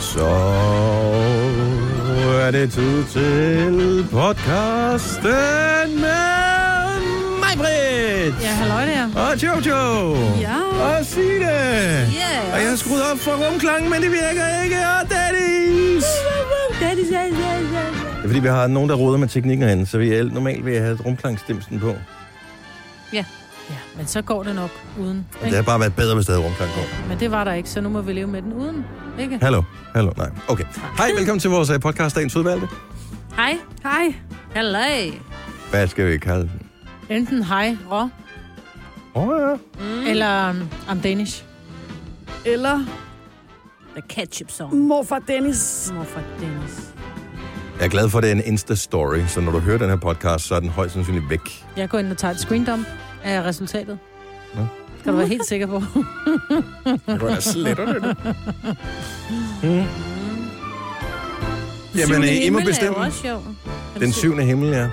Så er det tid til podcasten med mig, Britt. Ja, halløj der. Og Jojo. Ja. Og Signe. Yes. Og jeg har skruet op for rumklangen, men det virker ikke. Og Dennis. Daddy, ja, ja, ja. Det er fordi, vi har nogen, der råder med teknikken herinde, så vi er normalt vil have rumklangstimsen på. Ja. ja, men så går det nok uden. Det Ikke? har bare været bedre, hvis der havde rumklang på. Men det var der ikke, så nu må vi leve med den uden. Ikke? Hallo. Hallo. Nej. Okay. Hej, velkommen til vores øh, podcast, dagens udvalgte. Hej. Hej. Halløj. Hvad skal vi kalde den? Enten hej, rå, Åh, oh, ja. mm. eller um, I'm Danish. Eller The Ketchup Song. morfar Dennis. Hvorfor Dennis? Jeg er glad for, at det er en Insta-story, så når du hører den her podcast, så er den højst sandsynligt væk. Jeg går ind og tager et screendump af resultatet. Nå. Skal du være helt sikker på. Du er sletter det. Jamen, Mm. Syvende øh, I må himmel er bestemme. jo også Mm, sjov. Er Den det syv- syvende himmel, ja. Eller...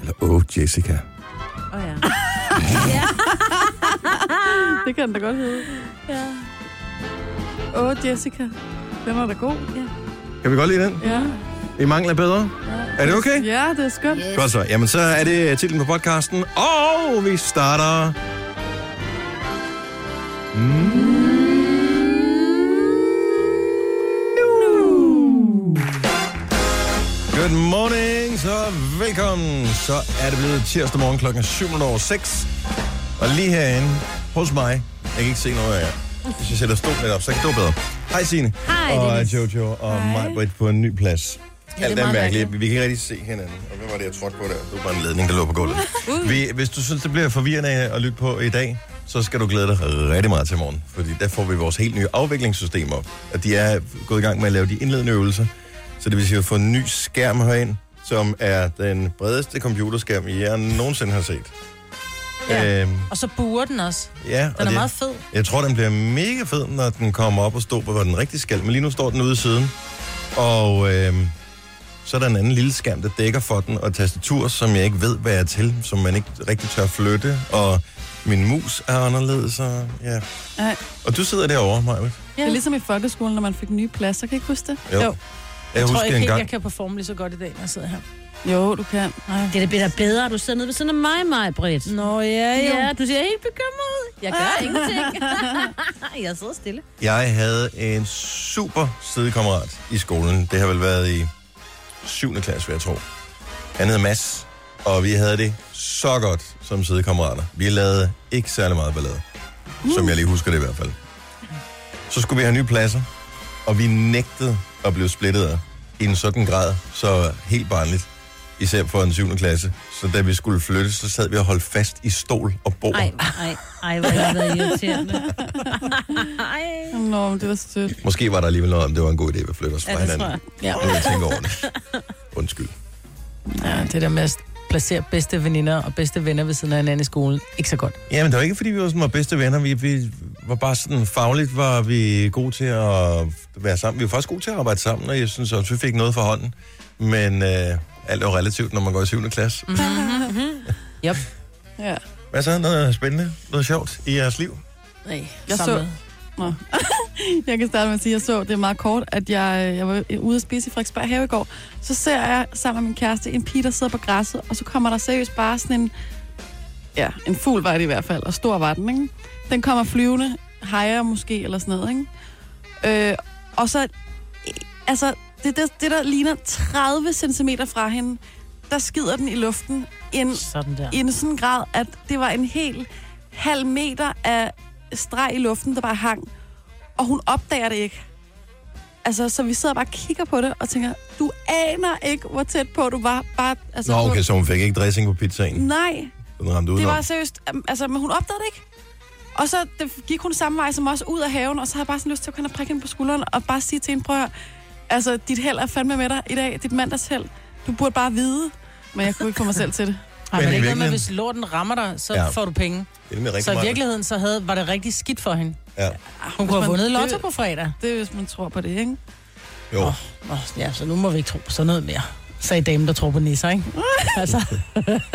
Eller, åh, oh, Jessica. Åh ja. Det kan den da godt hedde. ja. Åh, oh, Jessica. Den er da god. Ja. Kan vi godt lide den? ja. I mangler bedre? Er det okay? Ja, det er skønt. Yeah. Godt så. Jamen, så er det øh, titlen på podcasten, og vi starter... Mm. Good morning, så velkommen. Så er det blevet tirsdag morgen klokken 7.06. Og lige herinde hos mig, jeg kan ikke se noget af jer. Hvis jeg sætter stolen lidt op, så kan det gå bedre. Hej Signe. Hej, Og Dennis. Jojo og mig Britt på en ny plads. Ja, det er Alt er meget mærkeligt. Vi mærkeligt. kan ikke rigtig se hinanden. Og hvad var det, jeg trådte på der? Det var bare en ledning, der lå på gulvet. Uh. Vi, hvis du synes, det bliver forvirrende at lytte på i dag, så skal du glæde dig rigtig meget til morgen. Fordi der får vi vores helt nye afviklingssystem op. Og de er gået i gang med at lave de indledende øvelser. Så det vil sige, at vi får en ny skærm herind, som er den bredeste computerskærm, jeg nogensinde har set. Ja. Øhm, Og så buer den også. ja, og Den er det- meget fed. jeg tror, den bliver mega fed, når den kommer op og står på, hvor den rigtig skal. Men lige nu står den ude i siden. Og øh, så er der en anden lille skærm, der dækker for den, og et tastatur, som jeg ikke ved, hvad er til, som man ikke rigtig tør flytte. Og min mus er anderledes, og ja. Ej, Og du sidder derovre, Maja. det er ligesom i folkeskolen, når man fik nye pladser. Kan I ikke huske det? Jo. Jeg, jeg tror husker ikke, helt, engang, jeg kan performe lige så godt i dag, når jeg sidder her. Jo, du kan. Det er da bedre, bedre, at du sidder nede ved siden af mig, mig, Britt. Nå ja, jo. Ja, du ser helt bekymret ud. Jeg Ah. gør ingenting. jeg sidder stille. Jeg havde en super sidekammerat i skolen. Det har vel været i 7. klasse, vil jeg tro. Han hed Mads, og vi havde det så godt som sidekammerater. Vi lavede ikke særlig meget ballade, mm. som jeg lige husker det i hvert fald. Så skulle vi have nye pladser, og vi nægtede at blive splittet ad i en sådan grad, så helt barnligt. Især for en 7. klasse. Så da vi skulle flytte, så sad vi og holdt fast i stol og bord. Ej, ej, ej, hvor har jeg været irriterende. Ej. Nå, men det var sødt. Måske var der alligevel noget om, det var en god idé, at vi flyttede os fra Ja, det tror hinanden. jeg. Ja. Nu jeg tænker over det. Undskyld. Ja, det der med at placere bedste veninder og bedste venner ved siden af hinanden i skolen, ikke så godt. Ja, men det var ikke, fordi vi var, sådan, var bedste venner. Vi, vi var bare sådan, fagligt var vi gode til at være sammen. Vi var faktisk gode til at arbejde sammen, og jeg synes også, vi fik noget for hånden. Men øh, alt er jo relativt, når man går i 7. klasse. Mm. Mm-hmm. Yep. Ja. Hvad så? Noget spændende? Noget sjovt i jeres liv? Nej, Jeg så- Nå. jeg kan starte med at sige, at jeg så, det er meget kort, at jeg, jeg var ude at spise i Frederiksberg have i går. Så ser jeg sammen med min kæreste en pige, der sidder på græsset, og så kommer der seriøst bare sådan en... Ja, en fugl var det i hvert fald, og stor var den, ikke? Den kommer flyvende, hejer måske, eller sådan noget, ikke? Øh, og så... Altså, det, det, det der ligner 30 cm fra hende, der skider den i luften. En Sådan der. i en sådan grad, at det var en hel halv meter af streg i luften, der bare hang. Og hun opdager det ikke. Altså, så vi sidder bare og kigger på det og tænker, du aner ikke, hvor tæt på du var. Bare, altså, Nå, du- okay, så hun fik ikke dressing på pizzaen. Nej, Den ramte ud Mm. det var seriøst. am- Altså, men hun opdagede det ikke. Og så det, gik hun samme vej som os ud af haven, og så havde jeg bare sådan lyst til at kunne prikke hende på skulderen og bare sige til hende, prøv at høre, altså, dit held er fandme med dig i dag, dit mandagsheld. Du burde bare vide, men jeg kunne ikke få mig selv til det. Mm. Ej, Men men i det er ikke noget med, virkeligheden- hvis lorten rammer dig, så Ja. ja. får du penge. Det var Så i virkeligheden så havde, var det rigtig skidt for hende. Ja. Hun kunne have Ah, man- vundet det- lotto på fredag. Det er, hvis man tror på det, ikke? Jo. Oh. Nå, ja, så nu må vi ikke tro på sådan noget mere. Sagde damen, der tror på nisser, ikke? altså,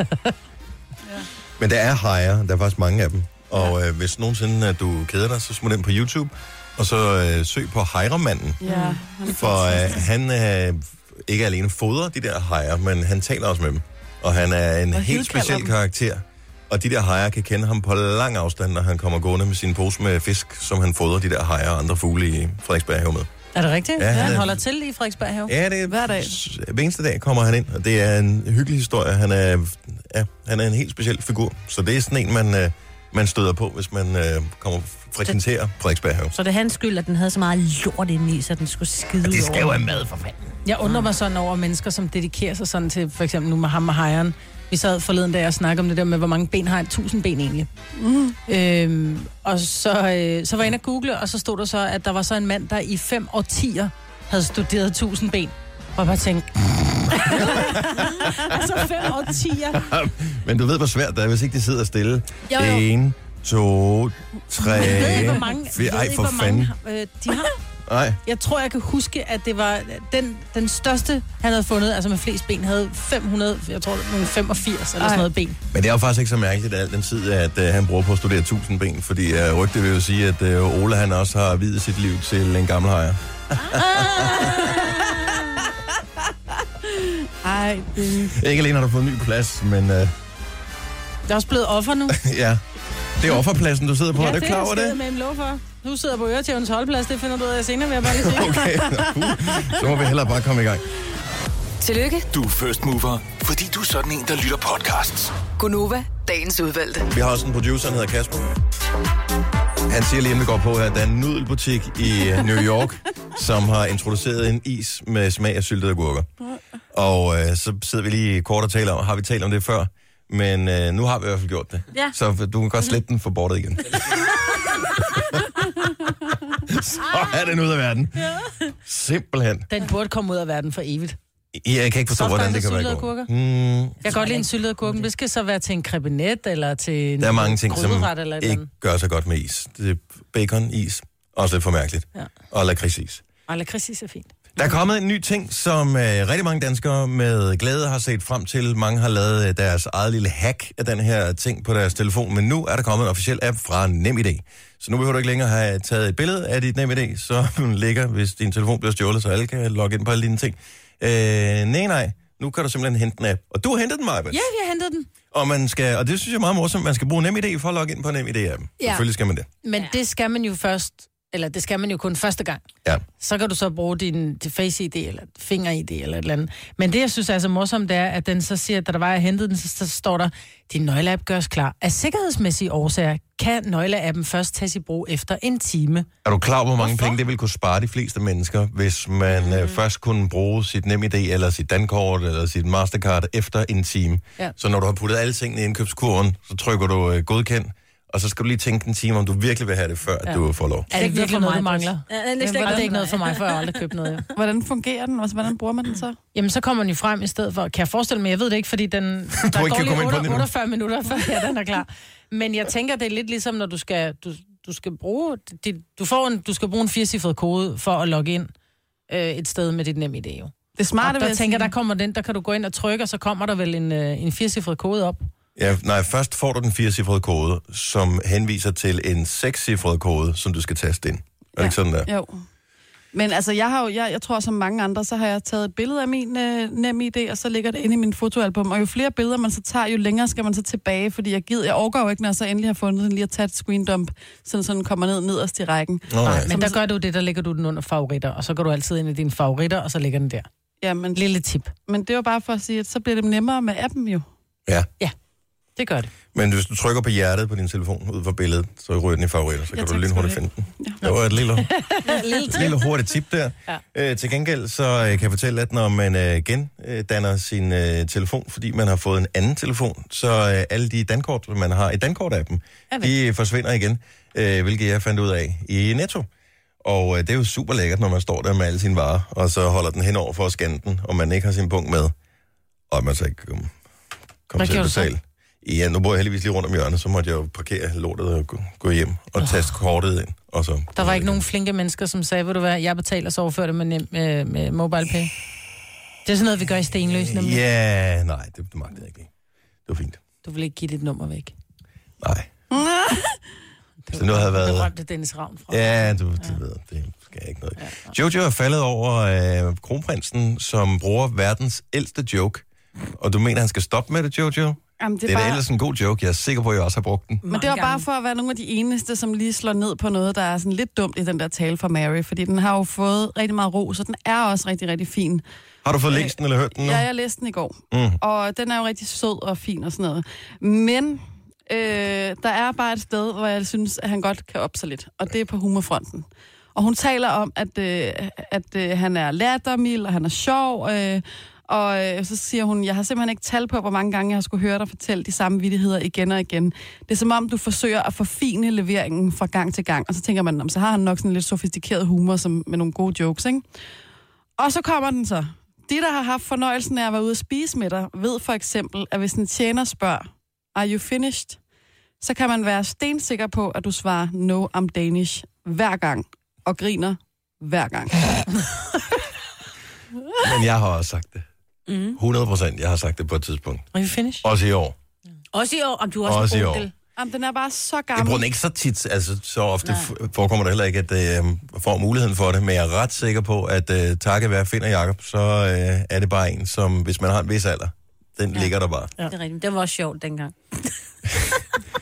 Men der er hajer. Der er faktisk mange af dem. Og øh, hvis nogensinde at du keder dig, så smut ind på YouTube, og så øh, søg på Hejremanden. Ja, han er For øh, fantastisk. han øh, ikke alene fodrer de der hajer, men han taler også med dem. Og han er en Og helt hidkalder speciel dem. karakter. Og de der hajer kan kende ham på lang afstand, når han kommer gående med sin pose med fisk, som han fodrer de der hajer og andre fugle i Frederiksberg have med. Er det rigtigt? Ja, Ja, han han er- holder til i Frederiksberg Have. Ja, det er Hver dag. s- Hver eneste dag kommer han ind, og det er en hyggelig historie. Han er, ja, han er en helt speciel figur, så det er sådan en, man, øh, man støder på, hvis man øh, kommer og frekventerer Frederiksberg have. Så det er hans skyld, at den havde så meget lort inde i, så den skulle skide ud over. mad for fanden. Jeg undrer mig sådan over mennesker, som dedikerer sig sådan til, for eksempel nu med ham og hejeren. Vi sad forleden, da jeg snakkede om det der med, hvor mange ben har et tusind ben egentlig. Mm. Øhm, og så, øh, så var jeg inde og google, og så stod der så, at der var så en mand, der i fem årtier havde studeret tusind ben. Og jeg bare tænkte... altså fem årtier. Men du ved, hvor svært det er, hvis ikke de sidder stille. Jo, jo. En, to, tre, Jeg ved ikke, hvor mange, fire. jeg ved Ej, ikke, for hvor mange fanden. har- øh, de har. Nej, Jeg tror, jeg kan huske, at det var den, den største, han havde fundet, altså med flest ben, havde 500, jeg tror, det var nogle 85 eller sådan Ej. noget ben. men det er jo faktisk ikke så mærkeligt, al den tid, at øh, han bruger på at studere 1000 ben, fordi øh, rygtet vil jo sige, at øh, Ole han også har videt sit liv til en gammel hejer. Ah. Ej, Dennis. Ikke alene har du fået en ny plads, men øh, Der er også blevet offer nu. ja, det er offerpladsen, du sidder på. Ja, er du klar over jeg det? skide med en lov for. Du sidder på Øretævens holdplads, det finder du ud af senere, vil jeg bare lige sige. Okay, nå, uh, så må vi hellere bare komme i gang. Tillykke, Du er first mover, fordi du er sådan en, der lytter podcasts. Gunova, dagens udvalgte. Vi har også en producer, han hedder Kasper. Han siger lige, inden vi går på her, at der er en nudelbutik i øh, New York, som har introduceret en is med smag af syltede agurker. Og øh, så sidder vi lige kort og taler om, har vi talt om det før? Men øh, nu har vi i hvert fald gjort det. Ja. Så du kan godt slette den for bordet igen. så er den ud af verden. Simpelthen. Den burde komme ud af verden for evigt. Jeg kan ikke forstå, Godt hvordan faktisk det kan være syltede godt. agurker. Mm, Jeg kan godt lide en syltet agurk, men det skal så være til en krebinet eller til en Der er mange ting, som gryderet eller et eller ikke andet. gør sig godt med is. Det er bacon, is, også lidt for mærkeligt. Ja. Og lakridsis. Og lakridsis er fint. Der er kommet en ny ting, som øh, rigtig mange danskere med glæde har set frem til. Mange har lavet øh, deres eget lille hack af den her ting på deres telefon, men nu er der kommet en officiel app fra NemID. Så nu behøver du ikke længere have taget et billede af dit NemID, så den ligger, hvis din telefon bliver stjålet, så alle kan logge ind på alle dine ting. Øh, nej, nej. Nu kan du simpelthen hente en app. Og du har hentet den, Maja. Ja, jeg hentede den. Og, man skal, og det synes jeg er meget morsomt. Man skal bruge NemID for at logge ind på NemID-appen. Ja. Ja. Selvfølgelig skal man det. Men det skal man jo først, eller det skal man jo kun første gang. Ja. så kan du så bruge din til Face ID eller Finger ID eller et eller andet. Men det, jeg synes er så morsomt, det er, at den så siger, da der var, jeg hentede den, så, så står der, din nøgleapp gøres klar. Af sikkerhedsmæssige årsager kan nøgleappen først tages i brug efter en time. Er du klar over, hvor mange Hvorfor? penge det ville kunne spare de fleste mennesker, hvis man mm. øh, først kunne bruge sit NemID, eller sit Dankort, eller sit Mastercard efter en time? Ja. Så når du har puttet alle tingene i indkøbskurven, så trykker du øh, godkend, og så skal du lige tænke en time, om du virkelig vil have det, før ja. du får lov. Er det, ikke det virkelig noget noget, for mig, du mangler? Ja, det er ikke Jamen, det er noget ikke noget for for mig. mig, for jeg har aldrig købt noget. jo. Hvordan fungerer den? Altså, hvordan bruger man den så? Jamen, så kommer den jo frem i stedet for, kan jeg forestille mig, jeg ved det ikke, fordi den, der kan går komme ind på den endnu. lige 48 minutter, før ja, den er klar. Men jeg tænker, det er lidt ligesom, når du skal, du, du skal bruge, dit, du, får en, du skal bruge en firecifret kode for at logge ind øh, et sted med dit nem idé, jo. Det smarte, Og vil der jeg tænker, sige. der kommer den, der kan du gå ind og trykke, og så kommer der vel en, øh, en firecifret kode op. Ja, nej, først får du den firecifrede kode, som henviser til en sekscifret kode, som du skal taste ind. Er det ja. ikke sådan der? Jo. Men altså, jeg, har jo, jeg, jeg tror, som mange andre, så har jeg taget et billede af min øh, nem idé, og så ligger det inde i min fotoalbum. Og jo flere billeder man så tager, jo længere skal man så tilbage, fordi jeg gider, jeg overgår jo ikke, når jeg så endelig har fundet den, lige at tage et screendump, sådan sådan kommer ned nederst i rækken. Nå, nej. Men der gør du det, der lægger du den under favoritter, og så går du altid ind i dine favoritter, og så ligger den der. Ja, men, Lille tip. men det var bare for at sige, at så bliver det nemmere med appen jo. Ja. Det gør det. Men hvis du trykker på hjertet på din telefon ud fra billedet, så ryger den i favoritter, så kan du tak, lige skal du hurtigt have. finde den. Ja. Det var et lille, et lille hurtigt tip der. Ja. Ja. Øh, til gengæld så øh, kan jeg fortælle, at når man øh, gendanner sin øh, telefon, fordi man har fået en anden telefon, så øh, alle de dankort, man har i dankort-appen, Er væk. de forsvinder igen, øh, hvilket jeg fandt ud af i Netto. Og øh, det er jo super lækkert, når man står der med alle sine varer, og så holder den henover for at scanne den, og man ikke har sin punkt med, og man så ikke øhm, kommer kom Hvad til at gjorde du så? betale. Ja, nu bor jeg heldigvis lige rundt om hjørnet, så måtte jeg jo parkere lortet og gå- gå hjem og taste kortet ind. Og så Der var ikke nogen flinke mennesker, som sagde, ved du hvad, jeg betaler, så overfører det med, nem, med, med MobilePay. Det er sådan noget, vi gør i Stenløs, nemlig. Ja, nej, det, det magtede jeg ikke lige. Det var fint. Du vil ikke give dit nummer væk. Nej. Så nu havde været... Berømte Dennis Ravn fra. Ja, du, du ved, det skal jeg ikke noget. Jojo er faldet over øh, kronprinsen, som bruger verdens ældste joke. Og du mener, han skal stoppe med det, Jojo? Det er, Jamen, det det er er da bare... ellers en god joke. Jeg er sikker på, at jeg også har brugt den. Men det var bare for at være nogle af de eneste, som lige slår ned på noget, der er sådan lidt dumt i den der tale fra Mary, fordi den har jo fået rigtig meget ro, så den er også rigtig, rigtig fin. Øh, Har du fået læst den eller hørt den nu? Ja, jeg læste den i går, Mhm. mm. og den er jo rigtig sød og fin og sådan noget. Men øh, der er bare et sted, hvor jeg synes, at han godt kan op sig lidt, og det er på humorfronten. Og hun taler om, at, øh, at øh, han er lattermild, og han er sjov, øh, og øh, så siger hun, jeg har simpelthen ikke tal på, hvor mange gange jeg har skulle høre dig fortælle de samme vittigheder igen og igen. Det er som om, du forsøger at forfine leveringen fra gang til gang, og så tænker man, "Nå, men så har han nok sådan lidt sofistikeret humor som, med nogle gode jokes, ikke? Og så kommer den så. De, der har haft fornøjelsen af at være ude at spise med dig, ved for eksempel, at hvis en tjener spørger, are you finished? Så kan man være stensikker på, at du svarer, no, I'm Danish, hver gang. Og griner hver gang. Men jeg har også sagt det. Mm. 100 procent, jeg har sagt det på et tidspunkt. Are you finished? Også i år. Også i år, om du er også, Også i en år. onkel. Jamen, den er bare så Jeg bruger gammel. den ikke så tit, altså så ofte f- forekommer det heller ikke, at øh, jeg får muligheden for det, men jeg er ret sikker på, at øh, takket være Finn og Jacob, så øh, er det bare en, som hvis man har en vis alder, den ja. ligger der bare. Det er rigtigt. Det var også sjovt dengang.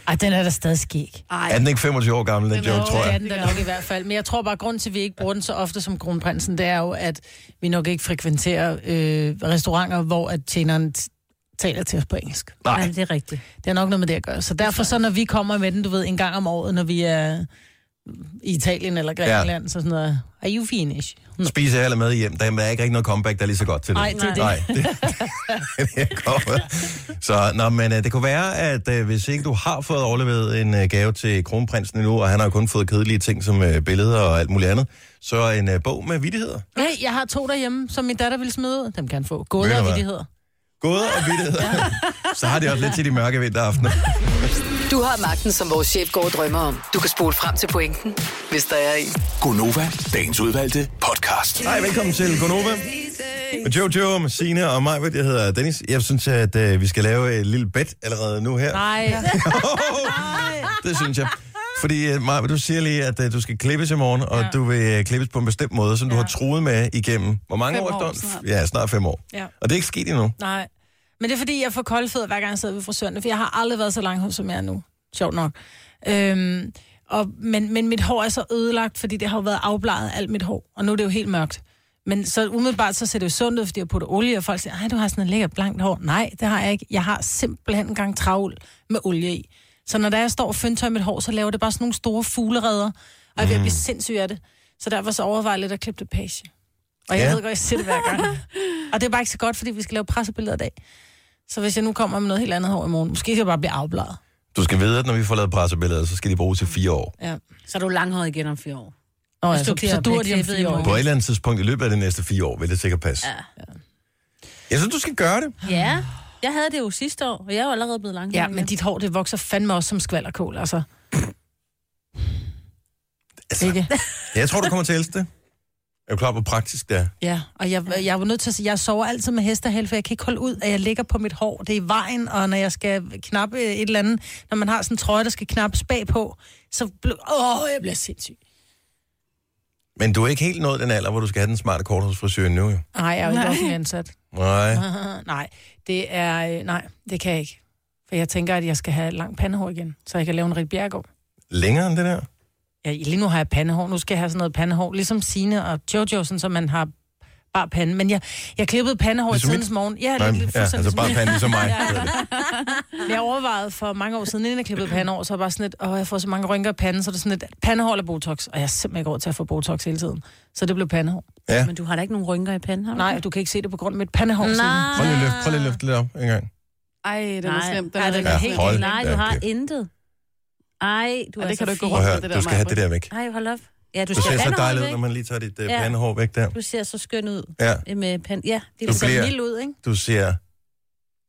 Ej, den er da stadig skæg. Er den ikke 25 år gammel, den Den er joke, jo- tror Det er jeg? den da nok i hvert fald. Men jeg tror bare, at grunden til, at vi ikke bruger den så ofte som kronprinsen, det er jo, at vi nok ikke frekventerer øh, restauranter, hvor at tjeneren t- taler til os på engelsk. Ja, Nej, det er rigtigt. Det er nok noget med det at gøre. Så derfor så, når vi kommer med den, du ved, en gang om året, når vi er i Italien eller Grækenland, ja. så sådan noget, are you finish? spiser jeg heller med hjem. Der er ikke rigtig noget comeback, der er lige så godt til det. Nej, det er det. Nej, det, det kommer. Så nå, men, øh, det kunne være, at øh, hvis ikke du har fået overleveret en øh, gave til kronprinsen endnu, og han har jo kun fået kedelige ting som øh, billeder og alt muligt andet, så en øh, bog med vittigheder. Nej, jeg har to derhjemme, som min datter ville smide ud. Dem kan han få. Ved Gåder du og hvad? vidtigheder. Gåder og vittigheder. så har det også lidt til de mørke vinteraftener. Du har magten, som vores chef går og drømmer om. Du kan spole frem til pointen, hvis der er en. Gonova, dagens udvalgte podcast. Hej, velkommen til Gonova. Med Jojo, med Signe og mig, jeg hedder Dennis. Jeg synes, at øh, vi skal lave et lille bet allerede nu her. Nej, det synes jeg. Fordi, øh, Maja, du siger lige, at øh, du skal klippes i morgen, og du vil øh, klippes på en bestemt måde, som du har truet med igennem, hvor mange Fem år? år efterhånden? snart. Ja, snart fem år. Ja. Og det er ikke sket endnu. nej. Men det er fordi, jeg får koldfødder, hver gang jeg sidder ved frisøren, for jeg har aldrig været så langhåret, som jeg er nu. Sjovt nok. Øhm, og, men, men mit hår er så ødelagt, fordi det har jo været afbleget alt mit hår, og nu er det jo helt mørkt. Men så umiddelbart så ser det jo sundt ud, fordi jeg putter olie, og folk siger, nej, du har sådan et lækkert blankt hår. Nej, det har jeg ikke. Jeg har simpelthen en gang travl med olie i. Så når der jeg står og fyndtør mit hår, så laver det bare sådan nogle store fuglereder, og jeg bliver blive sindssyg af det. Så derfor så overvejer jeg lidt at klippe det page. Og jeg Ja. ja. ved godt, jeg siger det hver gang. og det er bare ikke så godt, fordi vi skal lave pressebilleder i dag. Så hvis jeg nu kommer med noget helt andet hår i morgen, måske skal jeg bare blive afbladet. Du skal vide, at når vi får lavet pressebilleder, så skal de bruges i fire år. Ja. Så er du langhåret igen om fire år. Nå, ja, Hvis du så, bliver så dur de om klippet i fire år. På et eller andet tidspunkt i løbet af de næste fire år, vil det sikkert passe. Ja. Jeg synes, du skal gøre det. Ja. Jeg havde det jo sidste år, og jeg er jo allerede blevet langhåret Ja, men dit hår, det vokser fandme også som skvalderkål, altså. Ikke? Jeg tror, du kommer til at elske det. Er du klar på, hvor praktisk det er? Ja, og jeg, jeg var nødt til at sige, jeg sover altid med hestehæl, for jeg kan ikke holde ud, at jeg ligger på mit hår. Det er i vejen, og når jeg skal knappe øh, et eller andet, når man har sådan en trøje, der skal knappes bagpå, så bl- åh, jeg bliver sindssyg. Men du er ikke helt nået den alder, hvor du skal have den smarte kort hos frisøren nu, jo. Nej, jeg er jo ikke Nej. offentlig ansat. Nej. Ah, nej, det er, øh, nej, det kan jeg ikke. For jeg tænker, at jeg skal have lang pandehår igen, så jeg kan lave en rigtig bjergård. Længere end det der? Ja, lige nu har jeg pandehår. Nu skal jeg have sådan noget pandehår, ligesom Sine og Jojo, sådan, så man har bare pande. Men jeg, jeg klippede pandehår i Ligesom tidens morgen. Ja, Nej, Nej, lidt, ja, altså bare pande ligesom mig. Men jeg overvejede for mange år siden, inden jeg klippede pandehår, så var jeg bare sådan lidt, åh, jeg får så mange rynker i panden, så er det sådan lidt, pandehår eller Botox? Og jeg er simpelthen ikke råd til at få Botox hele tiden. Så det blev pandehår. Ja. Men du har da ikke nogen rynker i panden, har du? Nej, du kan ikke se det på grund af mit pandehår. Signe. Nej. Prøv lige at løfte, prøv lige at løfte lidt op en gang. Ej, den er Nej. slem. Den Ej, er den rigtig er slem. helt- hold Nej, da du har kæft. intet. Ej, du Ej, er det så kan du ikke gå Prøv fin. at rundt høre, med det du der, skal have det Maja. der væk. Ej, hold op. Ja, Du du ser skal så have dejligt ud, når pandehår væk. man lige tager dit uh, Ja. pandehår væk der. Du ser så skøn ud øh, Ja, med pand. Ja, det Du er sådan bliver- mild ud, ikke? du ser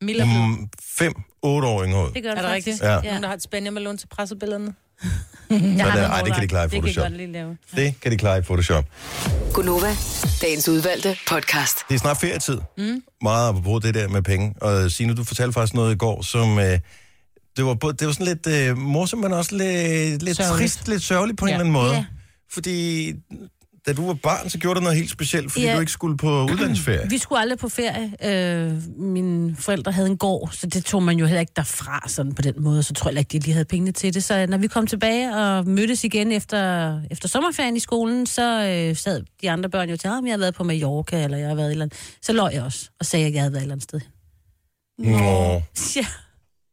Mille mm. mm, fem, otte år yngre ud. Det gør Er du det faktisk. rigtigt? Ja. Nogen, der har et spændinger med lån til pressebillederne. Jeg Sådan har der. nogle Ej, det kan de klare i overvejelser. Photoshop. Det kan jeg godt lige lave. Det kan de klare i Photoshop. Gunova, dagens udvalgte podcast. Det er snart ferietid. Mm. Meget apropos det der med penge. Og Signe, du fortalte faktisk noget i går, som øh, det var, både, det var sådan lidt øh, morsomt, men også lidt, lidt Sørgeligt. trist, lidt sørgeligt på en Ja. eller anden måde. Ja. Fordi da du var barn, så gjorde du noget helt specielt, fordi Ja. du ikke skulle på udlandsferie. Vi skulle aldrig på ferie. Øh, mine forældre havde en gård, så det tog man jo heller ikke derfra sådan på den måde. Så tror jeg heller ikke, de lige havde pengene til det. Så når vi kom tilbage og mødtes igen efter, efter sommerferien i skolen, så øh, sad de andre børn jo til, at jeg har været på Mallorca, eller jeg har været et eller andet. Så løg jeg også og sagde, at jeg havde været et eller andet sted. Nå. Ja.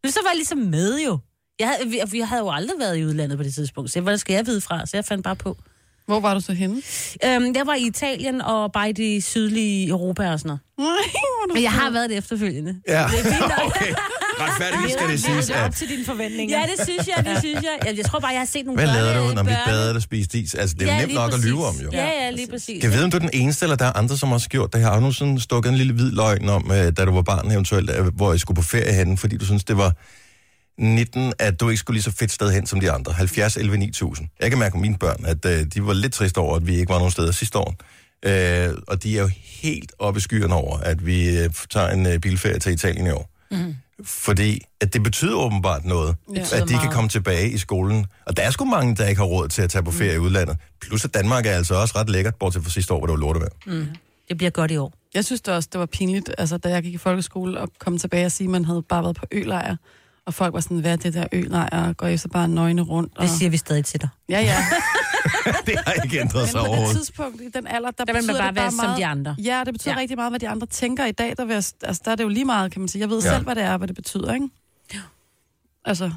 Men så var jeg ligesom med jo. Jeg havde, vi, vi havde jo aldrig været i udlandet på det tidspunkt, så hvordan skal jeg vide fra? Så jeg fandt bare på. Hvor var du så henne? Øhm, jeg var i Italien og bare i det sydlige Europa og sådan noget. Nej, hvor er du Men jeg sød. har været det efterfølgende. Ja, okay. Retfærdigvis skal det siges, op at til dine forventninger. Ja, det synes jeg, det synes jeg. Jeg, jeg tror bare, jeg har set nogle hvad lavede du, børne- når vi børne- badede og spiste is? Altså, det er jo Ja, nemt lige nok at lyve om, præcis. jo. Ja, ja, lige præcis. Jeg ved, om du er den eneste, eller der er andre, som også har gjort det her. Har du sådan stukket en lille hvid løgn om, øh, da du var barn eventuelt, øh, hvor I skulle på ferie hen, fordi du synes det var 19, at du ikke skulle lige så fedt sted hen som de andre. 70, 11, 9000. Jeg kan mærke på mine børn, at øh, de var lidt triste over, at vi ikke var nogen steder sidste år. Øh, og de er jo helt oppe i skyerne over, at vi øh, tager en øh, bilferie til Italien i år. Mm. Fordi at det betyder åbenbart noget, ja. at de betyder kan meget. komme tilbage i skolen. Og der er sgu mange, der ikke har råd til at tage på ferie mm. i udlandet. Plus at Danmark er altså også ret lækkert, bortset fra sidste år, hvor det var lortevejr. Mm. Det bliver godt i år. Jeg synes det også, det var pinligt, altså, da jeg gik i folkeskole og kom tilbage og sige, at man havde bare været på ølejr. Og folk var sådan, hvad er det der ølejr? Og går I så bare nøgne rundt? Og... Det siger vi stadig til dig. Ja, ja. det har ikke ændret sig Men på det overhovedet. tidspunkt, i den alder, der, Der vil man betyder bare det være bare som meget... de andre. Ja, det betyder Ja. ja. rigtig meget, hvad de andre tænker i dag. Der, vil jeg... altså, der er det jo lige meget, kan man sige. Jeg ved Ja. ja. selv, hvad det er, og hvad det betyder, ikke? Altså,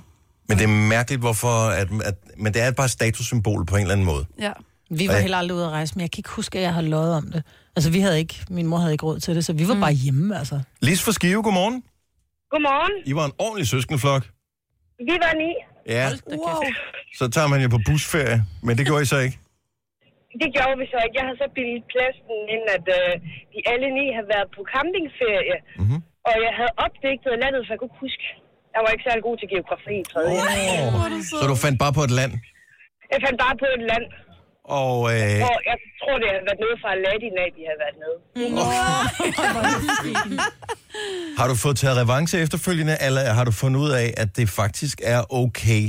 Men det er mærkeligt, hvorfor... At, at, men det er bare et statussymbol på en eller anden måde. ja. Vi Og var jeg- heller aldrig ude at rejse, men jeg kan ikke huske, at jeg har løjet om det. Altså, vi havde ikke, min mor havde ikke råd til det, så vi var mm. bare hjemme, altså. Lis fra Skive, godmorgen. Godmorgen. I var en ordentlig søskenflok. Vi var ni. Ja, Wow. så tager man jo på busferie, men det gjorde I så ikke. Det gjorde vi så ikke. Jeg har så bildet pladsen ind, at øh, de alle ni har været på campingferie. Mhm. Mm-hmm. Og jeg havde opdigtet landet, for jeg kunne ikke huske. Jeg var ikke særlig god til geografi i tredje. Oh. Oh. Så du fandt bare på et land, Jeg fandt bare på et land, og øh, hvor jeg tror, det havde været nede fra Aladdin af, de havde været nede. har du fået taget revanche efterfølgende, eller har du fundet ud af, at det faktisk er okay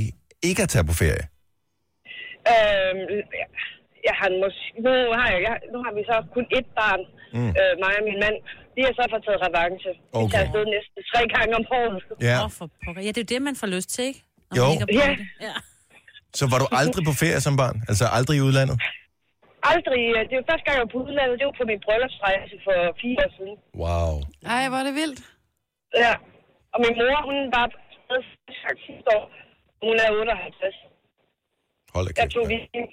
ikke at tage på ferie? Øhm, jeg har en mås- nu, har jeg, jeg, nu har vi så kun ét barn, mm. øh, mig og min mand. Vi har så fået taget revanche. Vi Okay. tager afsted næsten tre gange om året. Ja. Åh, for pokker. Ja, det er jo det, man får lyst til, ikke? Når Jo. man ligger på Ja. det. Ja. Så var du aldrig på ferie som barn? Altså aldrig i udlandet? Aldrig, øh, det var første gang, jeg var på udlandet. Det var på min bryllupsrejse for fire år siden. Wow. Ej, hvor er det vildt. Ja. Og min mor, hun var på stedet sidste år. Hun er 58. Hold da Der kæft. tog vi mand.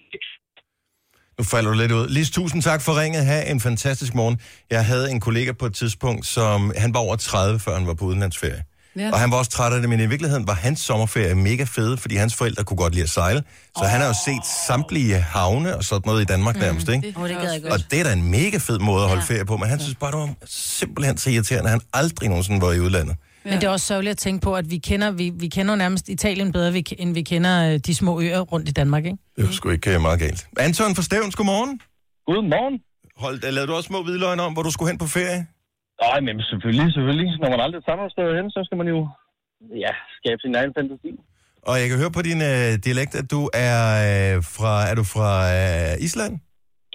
Nu falder du lidt ud. Lis, tusind tak for ringet. Ha' en fantastisk morgen. Jeg havde en kollega på et tidspunkt, som han var over 30, før han var på udenlandsferie. Ja. Ja. Og han var også træt af det, men i virkeligheden var hans sommerferie mega fede, fordi hans forældre kunne godt lide at sejle. Så oh. han har jo set samtlige havne og sådan noget i Danmark mm, nærmest, ikke? Åh, det gad jeg Og godt. det er da en mega fed måde at holde ja. ferie på, men han synes bare, det var simpelthen så irriterende, at han aldrig nogensinde var i udlandet. Men det er også sørgeligt at tænke på, at vi kender, vi, vi kender jo nærmest Italien bedre, vi- end vi kender øh, de små øer rundt i Danmark, ikke? Det var sgu ikke øh, meget galt. Anton fra Stævns, godmorgen. Godmorgen. Hold, lavede du også små hvidløgne om, hvor du skulle hen på ferie? Nej, men selvfølgelig, selvfølgelig. Når man aldrig samme sted hen, så skal man jo ja, skabe sin egen fantasi. Og jeg kan høre på din øh, dialekt, at du er øh, fra, er du fra øh, Island?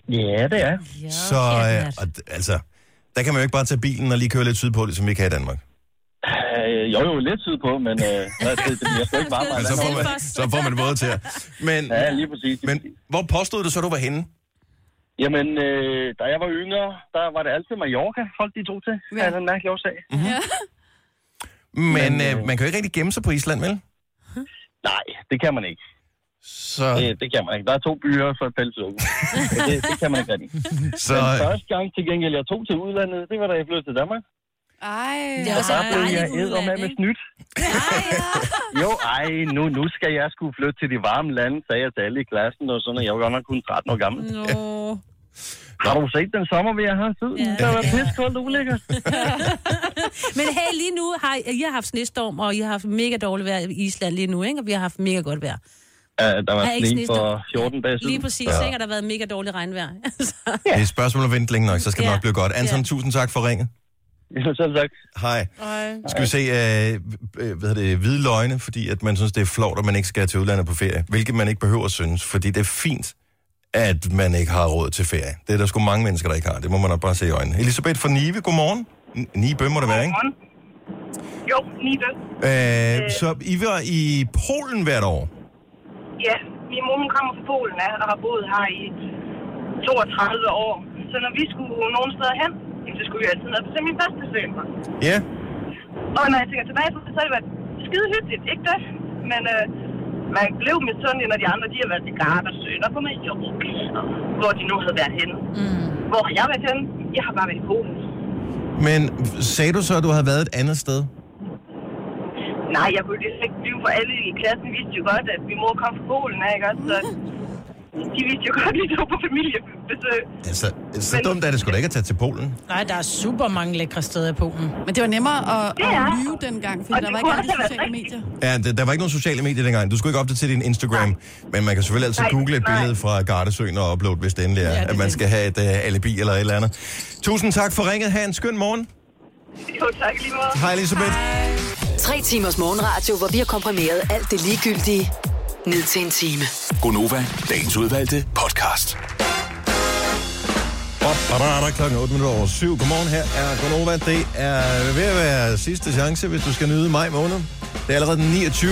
Ja, det er. Ja, så, ja, øh, nat. og, d- altså, der kan man jo ikke bare tage bilen og lige køre lidt sydpå, ligesom vi kan i Danmark. Øh, jo, jo, lidt tid på, men øh, jeg, jeg skal ikke bare Men arbejde. så, får landet. man, så får man våde til jer. Men, Ja, lige præcis. Lige men præcis. hvor påstod du så, du var henne? Jamen, øh, da jeg var yngre, der var det altid Mallorca, folk de tog til. Ja. Altså en mærkelig årsag. Men Men, Mhm. øh, øh, man kan jo ikke rigtig gemme sig på Island, vel? Nej, det kan man ikke. Så, Det, det kan man ikke. Der er to byer for et pelsøg. det, det kan man ikke rigtig. så Men første gang til gengæld, jeg tog til udlandet, det var da jeg flyttede til Danmark. Ej. Det er Ja. også Der et blev jeg dejligt æder udland, med ikke? snydt. Jo, ej, nu, nu skal jeg skulle flytte til de varme lande, sagde jeg til alle i klassen, og sådan, og jeg var godt nok kun 13 år gammel. Nå. Har du set den sommer, vi har haft siden? Ja. Det var pissekoldt og ulækkert. Men hey, lige nu har I, I har haft snestorm, og I har haft mega dårligt vejr i Island lige nu, ikke? Og vi har haft mega godt vejr. Ja, øh, der var Der er ikke sne for snestorm. 14 dage siden. Lige præcis, ja. ikke? Og der har været mega dårligt regnvejr. Altså. Så- det er et spørgsmål at vente længe nok, så skal det Ja. nok blive godt. Anton, Ja. tusind tak for ringet. Ja, selv tak. Hej. Ej. Skal vi se, øh, øh, hvad hedder det, hvide løgne, fordi at man synes, det er flot, at man ikke skal til udlandet på ferie. Hvilket man ikke behøver at synes, fordi det er fint, at man ikke har råd til ferie. Det er der sgu mange mennesker, der ikke har. Det må man nok bare se i øjnene. Elisabeth fra Nive, godmorgen. N- Nibe må det være, ikke? Godmorgen. Jo, lige ved. Øh, så I var i Polen hvert år. Ja, min mor hun kommer fra Polen af, og har boet her i 32 år. Så når vi skulle nogen steder hen, jamen, så skulle vi altid ned og besøge min bedstefar. Ja. Og når jeg tænker tilbage på det, så har det været skide hyggeligt, ikke det? Men øh, man blev misundelig, når de andre de har været til Gardasøen og på Mallorca, og hvor de nu havde været henne. Mm. Hvor har jeg været henne? Jeg har bare været i Polen. Men sagde du så, at du havde været et andet sted? Nej, jeg kunne lige ikke blive for alle i klassen vidste jo godt, at min mor kom fra Polen, ikke også? Så de vidste jo godt, at vi tog på familiebesøg. Altså, så dumt er det sgu da ikke at tage til Polen. Nej, der er super mange lækre steder i Polen. Men det var nemmere at, Det er. at lyve dengang, fordi Og der det var ikke kunne alle de også have sociale været medier. Ja, der, der var ikke nogen sociale medier dengang. Du skulle ikke op til din Instagram, men man kan selvfølgelig altid Nej, google et nej. billede fra Gardesøen og uploade, hvis det endelig er, ja, Ja, det det at man er skal have et uh, alibi eller et eller andet. Tusind tak for ringet. Ha' en skøn morgen. Jo, tak i lige måde. Hej Elisabeth. Hej. Tre timers morgenradio, hvor vi har komprimeret alt det ligegyldige ned til en time. Gonova, dagens udvalgte podcast. Op, badada, klokken 8 minutter over 7. Godmorgen, her er Gonova. Det er ved at være sidste chance, hvis du skal nyde maj måned. Det er allerede den 29.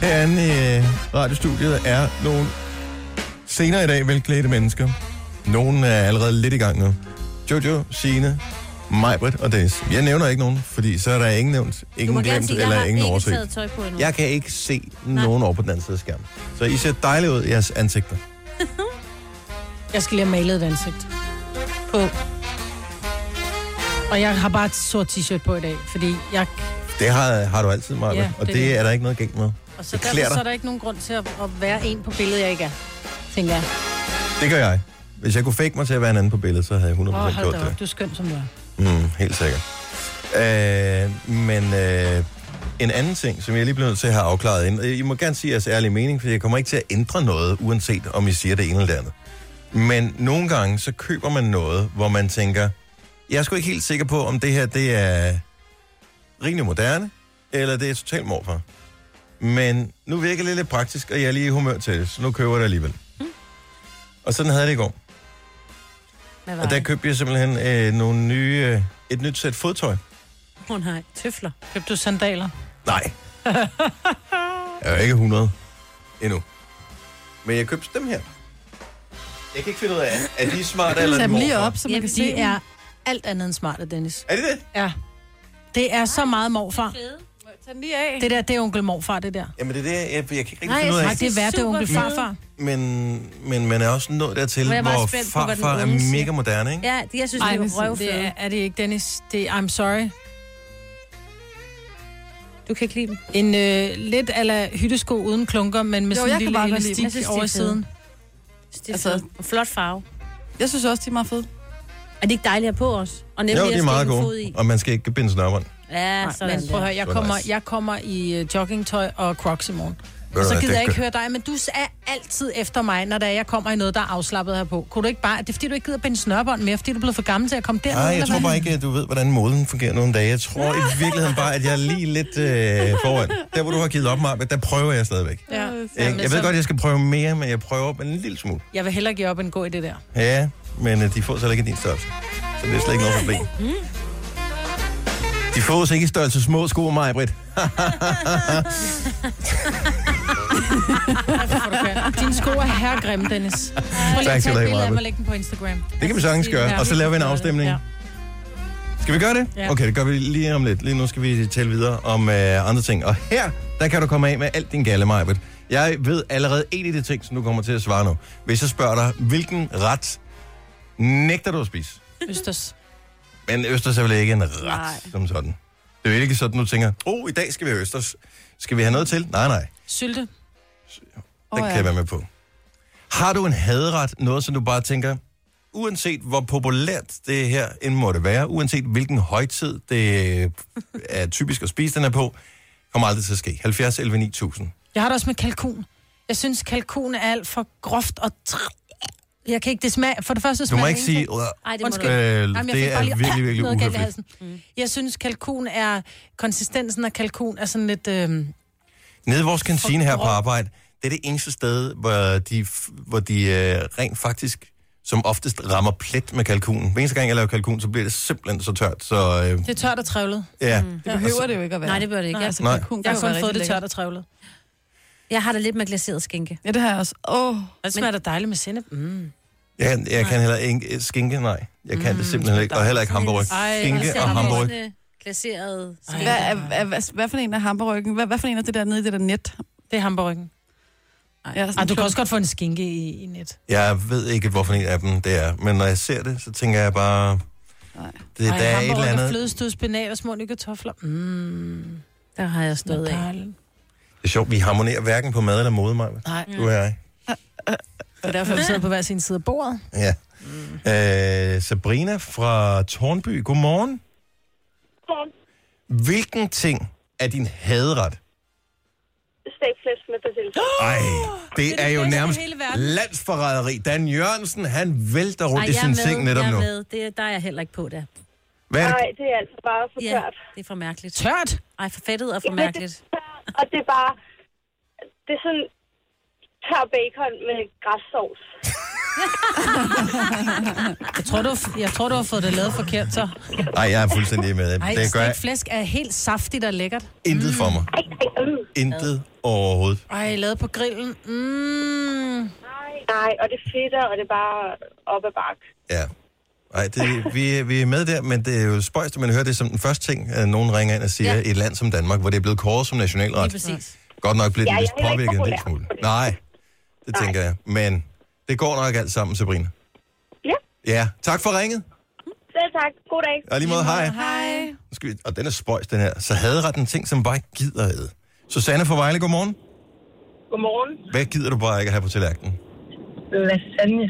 Herinde i øh, radiostudiet er nogle senere i dag velklædte mennesker. Nogle er allerede lidt i gang nu. Jojo, Signe, Majbrit og Dennis. Jeg nævner ikke nogen, fordi så er der ingen nævnt, Du må ingen gerne glemt sige, jeg eller har ingen ikke overset. taget tøj på endnu. Jeg kan ikke se nogen over på den anden side af skærmen. Så I ser dejligt ud i jeres ansigter. Jeg skal lige have malet et ansigt på. Og jeg har bare et sort t-shirt på i dag, fordi jeg... Det har, har du altid, Maja, Ja, og det, det er det. er der ikke noget galt med. Og så Det klæder derfor så er der ikke nogen grund til at, at være en på billedet, jeg ikke er, tænker jeg. Det gør jeg. Hvis jeg kunne fake mig til at være en anden på billedet, så havde jeg 100% Åh, gjort oh, hold da op, det. du er skøn, som du er. Mm, helt sikkert. Øh, men øh, en anden ting, som jeg lige blev nødt til at have afklaret ind, øh, I må gerne sige jeres ærlige mening, for jeg kommer ikke til at ændre noget, uanset om I siger det ene eller det andet. Men nogle gange, så køber man noget, hvor man tænker, jeg er sgu ikke helt sikker på, om det her, det er rimelig moderne, eller det er totalt morfar. Men nu virker det lidt praktisk, og jeg er lige i humør til det, så nu køber jeg det alligevel. Og sådan havde jeg det i går. Hvad var Og der det? købte jeg simpelthen øh, nogle nye, øh, et nyt sæt fodtøj. Åh, nej, tøfler. Købte du sandaler? Nej. jeg er jo ikke 100 endnu. Men jeg købte dem her. Jeg kan ikke finde ud af, er de smarte eller Tag er de dem lige morfar? op, så man Jamen, kan se de dem. er alt andet end smarte, Dennis. Er det det? Ja. Det er så meget morfar. Tag den lige af. Det der, det er onkel morfar, det der. Jamen det er det, jeg, jeg kan ikke rigtig Nej, finde ud jeg af. Nej, det er værd, det er onkel Super fede. farfar. Men, men man er også nået dertil, Nu er jeg meget hvor spændt på, hvad den farfar er unge siger. mega moderne, ikke? Ja, det- jeg synes, Ej, det er men sådan, røvfede. Det er, er det ikke, Dennis? Det er, I'm sorry. Du kan ikke lide dem. En øh, lidt ala hyttesko uden klunker, men med Jo, jo, sådan jeg en kan lille bare godt lide dem. elastik Jeg synes, de er over fede. i siden. Altså, Altså- flot farve. Jeg synes også, de er meget fede. Er det ikke dejligt at have på os? Og nemt Jo, lige de at er meget stikke en fod gode, i. og man skal ikke binde snørbånd. Ja, altså. sådan Men prøv at der. høre, jeg Så kommer, nice. jeg kommer i øh, joggingtøj og crocs i morgen. du Og så hvad, gider det jeg ikke gør- høre dig, men du er altid efter mig, når det er, jeg kommer i noget, der er afslappet her på. Kunne du ikke bare... Det er fordi, du ikke gider binde snørbånd mere, fordi du er blevet for gammel til at komme derned. Nej, jeg eller tror hvad? bare ikke, at du ved, hvordan moden fungerer nogle dage. Jeg tror i virkeligheden bare, at jeg er lige lidt øh, foran. Der, hvor du har givet op, Marbe, der prøver jeg stadigvæk. Ja. Ja, men jeg ved så- godt, at jeg skal prøve mere, men jeg prøver en lille smule. Jeg vil hellere give op end gå i det der. Ja, men øh, de får så heller ikke i din størrelse. Så det er slet ikke noget problem. Hmm? De fås ikke i størrelse små sko, mig, Britt. Dine sko er herregrimme, Dennis. Prøv lige Tak at skal tage du et have, billede af Maja. mig og lægge den på Instagram. Det kan vi sagtens gøre, og så laver vi en afstemning. Ja. Skal vi gøre det? Ja. Okay, det gør vi lige om lidt. Lige nu skal vi tale videre om øh, andre ting. Og her, der kan du komme af med alt din galle, Majbet. Jeg ved allerede en af de ting, som du kommer til at svare nu. Hvis jeg spørger dig, hvilken ret nægter du at spise? Østers. Men østers er vel ikke en ret Nej. Nej. som sådan? Det er jo ikke sådan, du tænker, oh, i dag skal vi have østers. Skal vi have noget til? Nej, nej. Sylte. Den Åh, kan ja. jeg være med på. Har du en hadret, noget som du bare tænker, uanset hvor populært det her end måtte være, uanset hvilken højtid det er typisk at spise den er på, kommer aldrig til at ske. 70 11 9000. Jeg har det også med kalkun. Jeg synes, kalkun er alt for groft og tr- Jeg kan ikke, det smager, for det første Du smager må det ikke sige... ingenting. Ej, det må Undskyld. du ikke. Øh, Jamen, jeg fik det er bare lige virkelig, virkelig noget galt i uhøfligt. halsen. Jeg synes, kalkun er... Konsistensen af kalkun er sådan lidt... Øh, Nede i vores kantine her på grov. arbejde, det er det eneste sted, hvor de, hvor de øh, rent faktisk som oftest rammer plet med kalkunen. Hver eneste gang, jeg laver kalkun, så bliver det simpelthen så tørt. Så øh, det er tørt og trævlet. ja, mm. Det behøver det jo ikke at være. Nej, det bør det ikke. Jeg, altså, Nej. kalkun kan Jeg jo har kun være fået rigtig det lækkert. tørt og trævlet. jeg har da lidt med glaseret skinke. Ja, det har jeg også. Åh, Det smager da dejligt med sennep. Mm. jeg, jeg kan heller ikke øh, skinke, nej. Jeg kan mm, det simpelthen ikke, og heller ikke hamburg. Ej, Skinke og hamburg. Glaseret Ej. hvad, er, er, hvad, hvad for en er hamburgerryggen? Hvad, hvad for en er det der nede i det der net? Det er hamburgen. Ja, Ej, du kan også godt få en skinke i, i net. Jeg ved ikke, hvorfor en af dem det er, men når jeg ser det, så tænker jeg bare... Nej. Det, der er et hamburger, eller der andet... flødestød, spinat og små nye kartofler. Mm. Der har jeg Noget stået af. af. Det er sjovt, vi harmonerer hverken på mad eller mode, Maja. Nej, Du og jeg. det er derfor, vi sidder på hver sin side af bordet. Ja. Mm. Øh, Sabrina fra Tornby, godmorgen. Godmorgen. Hvilken ting er din haderet? Stegflæsk med basilika. Ej, det det er jo bedste i nærmest hele verden. landsforræderi. Dan Jørgensen, han vælter rundt Ej, Ej, i jeg er sine med, ting netop jeg er nu. med. Det, der er jeg heller ikke på, der. Hvad er det? Nej, det er altså bare for Ja, tørt. det er for mærkeligt. Tørt? Ej, for fedtet og for Ja, mærkeligt. Det, er tørt, og det er bare... Det er sådan tør bacon med græssovs. Jeg tror, du, har- jeg tror, du har fået det lavet forkert, så. Ej, jeg er fuldstændig med. Ej, det gør stegt flæsk er helt saftigt og lækkert. intet for mig. Ej, ej, mm. Intet overhovedet. Ej, lavet på grillen. Mm. Nej, nej, og det er fedt, og det er bare op ad bakke. Ja. Ej, det, vi, vi er med der, men det er jo spøjst, at man hører det som den første ting, at nogen ringer ind og siger, ja. Ja. et land som Danmark, hvor det er blevet kåret som nationalret. Lige præcis. Godt nok blev Ja, den jeg vist er heller ikke påvirket en lille populær smule. på det. Nej, det tænker jeg. Men det går nok alt sammen, Sabrina. Ja, Ja, tak for ringet. selv tak. God dag. Og lige måde, hej. Hej. Nu Skal vi, og den er spøjs, den her. Så havde ret en ting, som bare ikke gider ad. Susanne fra Vejle, godmorgen. Godmorgen. Hvad gider du bare ikke at have på tallerkenen? Lasagne.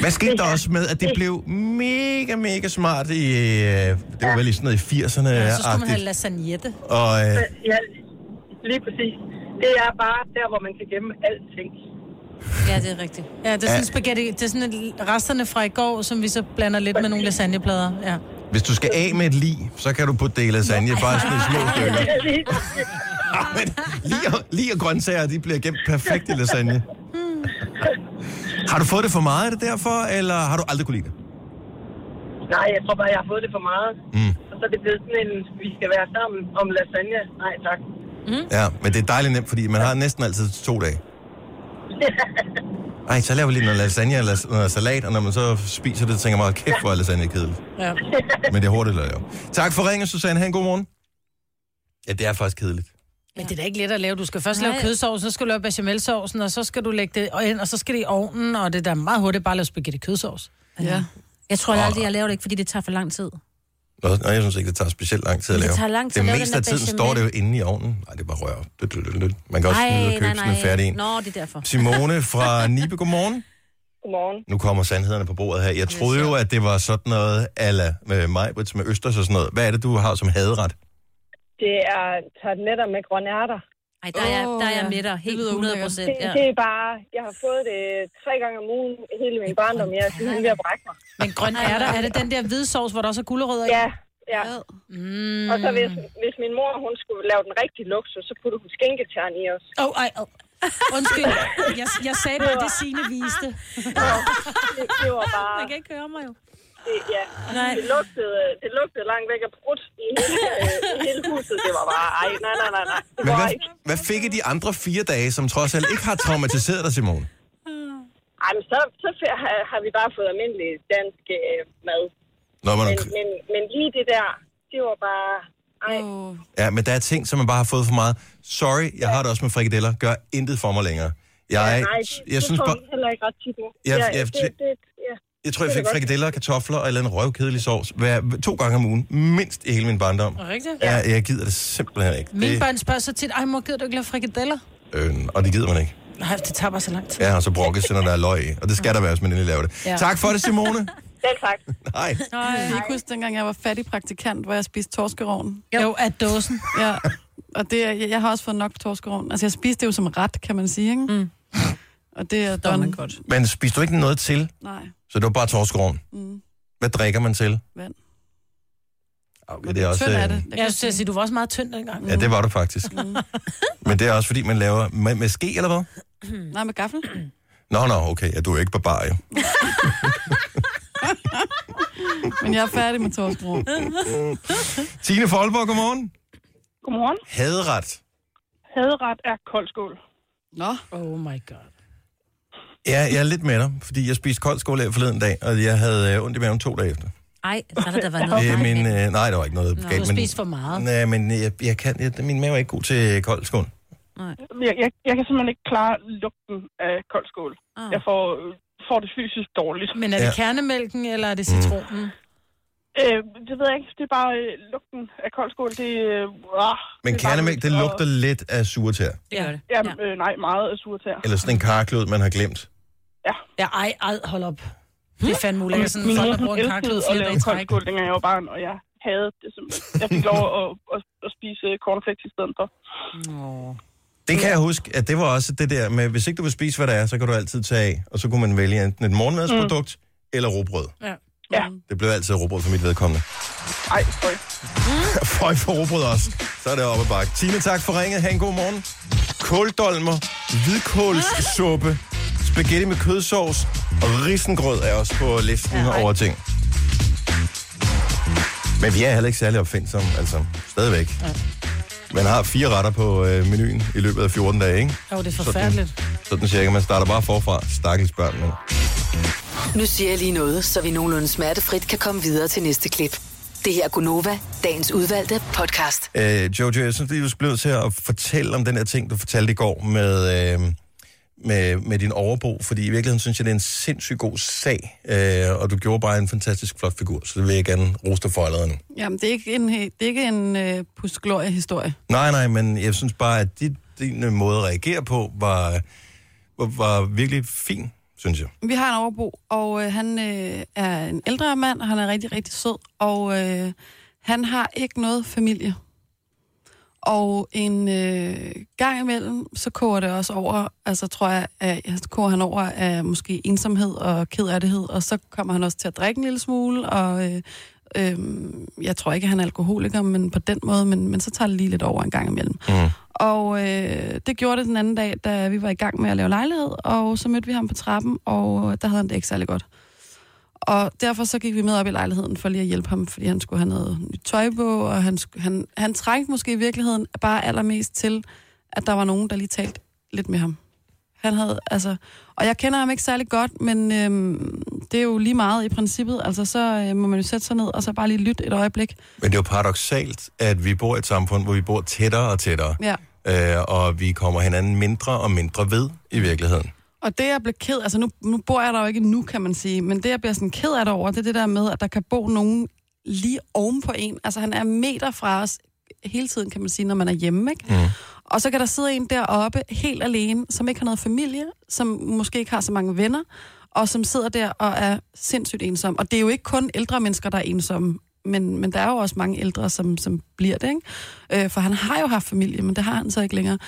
Hvad skete der også med, at det blev mega, mega smart i... øh, Det var vel i sådan noget i 80'erne. Ja, så skulle man have Ja, lasagnette. og øh, Ja, lige præcis. Det er bare der, hvor man kan gemme alting. Ja, det er rigtigt. Ja, det er sådan spaghetti. Det er sådan et- resterne fra i går, som vi så blander lidt med nogle lasagneplader. Ja. hvis du skal af med et lig, så kan du putte det i lasagne, bare sådan i små stykker. Ah, men lige, og, lige og grøntsager, de bliver gemt perfekt i lasagne. Har du fået det for meget, er det derfor, eller har du aldrig kunne lide det? Nej, jeg tror bare, jeg har fået det for meget. Mm. Og så er det blevet sådan en, vi skal være sammen om lasagne. Nej, tak. Mm. Ja, men det er dejligt nemt, fordi man har næsten altid to dage. Ej, så laver vi lige noget lasagne eller s- noget salat, og når man så spiser det, tænker man, "Hold kæft, hvor er lasagne kedeligt. ja. Men det er hurtigt at lave. Tak for ringen, Susanne. Ha' en god morgen. Ja, det er faktisk kedeligt. Men det er da ikke let at lave. Du skal først Nej. lave kødsovsen, så skal du lave bechamelsovsen, og så skal du lægge det ind, og så skal det i ovnen, og det er da meget hurtigt bare at lave spaghetti kødsovs. Ja. Jeg tror aldrig, jeg laver det ikke, fordi det tager for lang tid. Nå, nej, jeg synes ikke, det tager specielt lang tid at Men det lave. tager lang tid det at lave meste den af der tiden bechamel. står det jo inde i ovnen. Nej, det er bare rør. Dut, dut, dut, dut. Man kan også smide og købe sådan en færdig en. Nå, det er derfor. Simone fra Nibe, godmorgen. Godmorgen. Nu kommer sandhederne på bordet her. Jeg troede jo, at det var sådan noget ala med majbrits med østers og sådan noget. Hvad er det, du har som haderet? Det er tartletter med grønne ærter. Ej, der er, jeg- der er jeg Åh, med dig. ja. Helt Det lyder 100 ulækkert. procent. Det, Ja. det er bare, jeg har fået det tre gange om ugen hele min barndom. Jeg er simpelthen ved at brække mig. Men grøn er der. Er det den der hvide sovs, hvor der også er gulerødder i? Ja, ja. Mm. Og så hvis, hvis min mor hun skulle lave den rigtige luksus, så putte hun skænketern i os. Åh, oh, ej, oh. Undskyld. Jeg, jeg sagde bare, det sine viste. Det, det var bare... Man kan ikke høre mig jo. Det, ja. det, lugtede, det lugtede langt væk af brudt i hele, øh, i hele huset. Det var bare, ej, nej, nej, nej, nej. Det Men var hvad, ikke. hvad fik I de andre fire dage, som trods alt ikke har traumatiseret dig, Simone? Ej, men så, så f- har- har vi bare fået almindelig dansk øh, mad. Nå, man, Men, men, men lige det der, det var bare, ej, Åh. ja, men der er ting, som man bare har fået for meget. Sorry, jeg har det også med frikadeller. Gør intet for mig længere. Jeg, nej, det, jeg, synes det får bare, vi heller ikke ret tit nu. Jeg- ja, jeg- det, det, ja. jeg tror, jeg det er fik godt. frikadeller, kartofler og en eller anden røvkedelig sovs hver, to gange om ugen, mindst i hele min barndom. Rigtigt? Ja, jeg gider det simpelthen ikke. Mine Det, børn spørger så tit, ej mor, gider du ikke lave frikadeller? øh, og det gider man ikke. Nej, det tager bare så lang tid. Ja, og så brokkes, når der er løg i. Og det skal der være, hvis man endelig laver det. Ja. Tak for det, Simone. Selv tak. Nej. Jeg kan ikke huske, dengang jeg var fattig praktikant, hvor jeg spiste torskerovn. Jo, at dåsen. Ja. Og det, er- jeg, jeg har også fået nok torskerovn. Altså, jeg spiste det jo som ret, kan man sige, ikke? Mm. Og det er Står man done. godt. Men spiste du ikke noget til, Nej. så det var bare torskerovn? Mm. Hvad drikker man til? Vand. Okay, det er også, Tynd er øh, det. Mm. det Jeg Mm. synes, at sige, du var også meget tynd dengang. Ja, det var du faktisk. Men det er også, fordi man laver med, med ske, eller hvad? Nej, med gaffel. Nå, nå, okay, ja, du er jo ikke barbar, jo. Men jeg er færdig med torskbro. Tine Folborg, godmorgen. Godmorgen. Hadret. Hadret er kold skål. Nå, Oh my god. Ja, jeg er lidt med dig, fordi jeg spiste kold skål her forleden dag, og jeg havde øh, ondt i maven to dage efter. Ej, så har der været noget. Det er galt min, med den. øh, nej, der var ikke noget Du galt. spiste for meget. Nej, men jeg, jeg kan, jeg, min mave er ikke god til kold skål. Jeg, jeg, jeg kan simpelthen ikke klare lugten af kold skål. Ah. Jeg får, får det fysisk dårligt. Men er det Ja. kernemælken, eller er det citronen? Øh, det ved jeg ikke. Det er bare øh, lugten af kold skål. Det, øh, ah, Men det er bare kernemælk, det og- lugter lidt af surtær. Det gør det. Ja, øh, nej, meget af surtær. Eller sådan en karklud, man har glemt. Ja, ej, ej, hold op. Det er fandme ulækkert, sådan Min folk, mor der bruger hun en elskede karklud at flere dage lave i kold træk. skål, dengang jeg var barn, og jeg havde det simpelthen. Jeg fik lov at, at, at spise corn flakes i stedet for. Det kan jeg huske, at det var også det der med, hvis ikke du vil spise, hvad der er, så kan du altid tage af. Og så kunne man vælge enten et morgenmadsprodukt mm. eller råbrød. Ja. Ja. Det blev altid råbrød for mit vedkommende. Ej, sorry. Føj for råbrød også. Så er det oppe bakke. Tine, tak for ringet. Ha' en god morgen. Kåldolmer, hvidkålssuppe, spaghetti med kødsovs og risengrød er også på listen ja, over ting. Men vi er heller ikke særlig opfindsomme, altså stadigvæk. Ja. Man har fire retter på øh, menuen i løbet af 14 dage, ikke? Jo, det er forfærdeligt. Sådan cirka. Man starter bare forfra. Stakkels børn, men... Nu siger jeg lige noget, så vi nogenlunde smertefrit kan komme videre til næste klip. Det her er Gunova, dagens udvalgte podcast. Øh, Jojo, jeg synes, vi blev til at fortælle om den her ting, du fortalte i går med, øh, med, med din overbo, fordi i virkeligheden synes jeg, det er en sindssygt god sag, øh, og du gjorde bare en fantastisk flot figur, så det vil jeg gerne rose dig for allerede nu. jamen det er ikke en, he- det er ikke en øh, pusklorie-historie. Nej, nej, men jeg synes bare, at dit, din øh, måde at reagere på var, var, var virkelig fin, synes jeg. Vi har en overbo, og øh, han øh, er en ældre mand, og han er rigtig, rigtig sød, og øh, han har ikke noget familie. Og en øh, gang imellem, så koger det også over, altså tror jeg, at ja, så koger han over af måske ensomhed og kederlighed, og så kommer han også til at drikke en lille smule, og øh, øh, jeg tror ikke, at han er alkoholiker men på den måde, men, men så tager det lige lidt over en gang imellem. Mm. Og øh, det gjorde det den anden dag, da vi var i gang med at lave lejlighed, og så mødte vi ham på trappen, og øh, der havde han det ikke særlig godt. Og derfor så gik vi med op i lejligheden for lige at hjælpe ham, fordi han skulle have noget nyt tøj på, og han, sk- han, han trængte måske i virkeligheden bare allermest til, at der var nogen, der lige talte lidt med ham. Han havde, altså, og jeg kender ham ikke særlig godt, men øhm, det er jo lige meget i princippet. Altså, så øh, må man jo sætte sig ned og så bare lige lytte et øjeblik. Men det er jo paradoxalt, at vi bor i et samfund, hvor vi bor tættere og tættere, Ja. øh, og vi kommer hinanden mindre og mindre ved i virkeligheden. Og det, jeg blev ked altså nu, nu bor jeg der jo ikke nu, kan man sige, men det, jeg bliver sådan ked af det over, det er det der med, at der kan bo nogen lige oven på en. Altså, han er meter fra os hele tiden, kan man sige, når man er hjemme, ikke? Mm. Og så kan der sidde en deroppe helt alene, som ikke har noget familie, som måske ikke har så mange venner, og som sidder der og er sindssygt ensom. Og det er jo ikke kun ældre mennesker, der er ensomme, men, men der er jo også mange ældre, som, som bliver det, ikke? Øh, for han har jo haft familie, men det har han så ikke længere.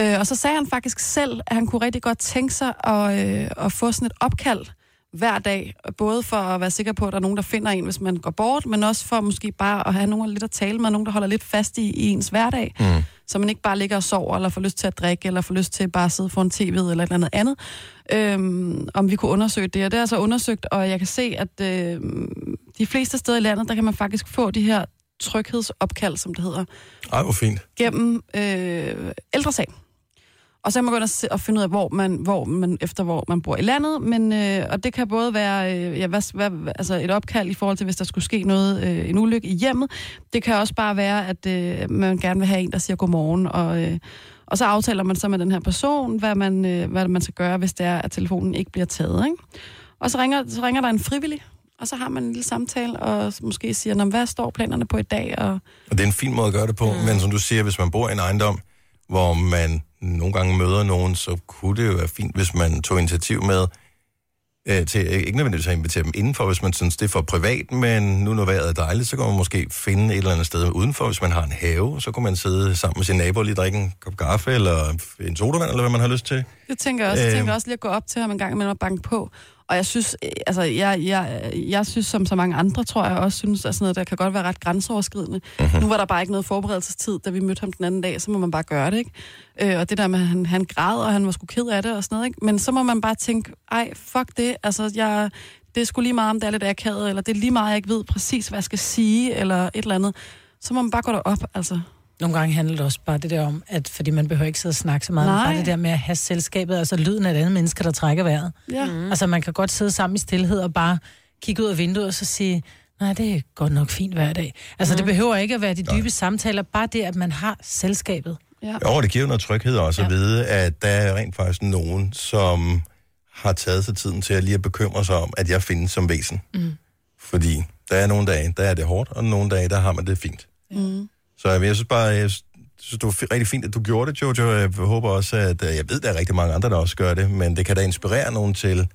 Øh, og så sagde han faktisk selv, at han kunne rigtig godt tænke sig at, øh, at få sådan et opkald hver dag, både for at være sikker på, at der er nogen, der finder en, hvis man går bort, men også for måske bare at have nogen lidt at tale med, nogen, der holder lidt fast i, i ens hverdag, mm. så man ikke bare ligger og sover, eller får lyst til at drikke, eller får lyst til bare at sidde foran tv'et, eller et eller andet andet. Øhm, om vi kunne undersøge det, og det er jeg så undersøgt, og jeg kan se, at øh, de fleste steder i landet, der kan man faktisk få de her tryghedsopkald, som det hedder Ej, hvor fint. gennem øh, ældresagen. Og så kan man gå ind og, se, og finde ud af, hvor man, hvor man, efter hvor man bor i landet. Men, øh, og det kan både være øh, ja, hvad, hvad, altså et opkald i forhold til, hvis der skulle ske noget, øh, en ulykke i hjemmet. Det kan også bare være, at øh, man gerne vil have en, der siger godmorgen. Og, øh, og så aftaler man så med den her person, hvad man, øh, hvad man skal gøre, hvis det er, at telefonen ikke bliver taget. Ikke? Og så ringer, så ringer der en frivillig, og så har man en lille samtale, og måske siger, "Nå, men hvad står planerne på i dag? Og, Og det er en fin måde at gøre det på, mm. men som du siger, hvis man bor i en ejendom, hvor man nogle gange møder nogen, så kunne det jo være fint, hvis man tog initiativ med, øh, til, ikke nødvendigvis at invitere dem indenfor, hvis man synes, det er for privat, men nu når vejret er dejligt, så kan man måske finde et eller andet sted udenfor, hvis man har en have, så kan man sidde sammen med sin nabo og lige drikke en kop kaffe, eller en sodavand, eller hvad man har lyst til. Det tænker jeg også. Jeg Øhm. tænker også lige at gå op til ham en gang imellem og banke på. Og jeg synes, øh, altså, jeg, jeg, jeg synes, som så mange andre, tror jeg også synes, at sådan noget, der kan godt være ret grænseoverskridende. Mm-hmm. Nu var der bare ikke noget forberedelsestid, da vi mødte ham den anden dag, så må man bare gøre det, ikke? Øh, og det der med, at han, han græd, og han var sgu ked af det og sådan noget, ikke? Men så må man bare tænke, ej, fuck det, altså, jeg, det er sgu lige meget, om det er lidt akavet, eller det er lige meget, jeg ikke ved præcis, hvad jeg skal sige, eller et eller andet. Så må man bare gå derop, altså. Nogle gange handler det også bare det der om, at fordi man behøver ikke sidde og snakke så meget, Nej. Nej. bare det der med at have selskabet, altså lyden af et andet menneske, der trækker vejret. Ja. Mm. Mm. Altså man kan godt sidde sammen i stillhed og bare kigge ud af vinduet og så sige, nej, det er godt nok fint hver dag. Altså mm. det behøver ikke at være de dybe samtaler, bare det, at man har selskabet. Ja. Jo, det giver jo noget tryghed også at Ja. vide, at der er rent faktisk nogen, som har taget sig tiden til at lige at bekymre sig om, at jeg findes som væsen. Mm. Fordi der er nogle dage, der er det hårdt, og nogle dage, der har man det fint. Mm. Så jeg, jeg synes bare, jeg synes, det var fi- rigtig fint, at du gjorde det, Jojo. Jeg håber også, at øh, jeg ved, der er rigtig mange andre, der også gør det, men det kan da inspirere nogen til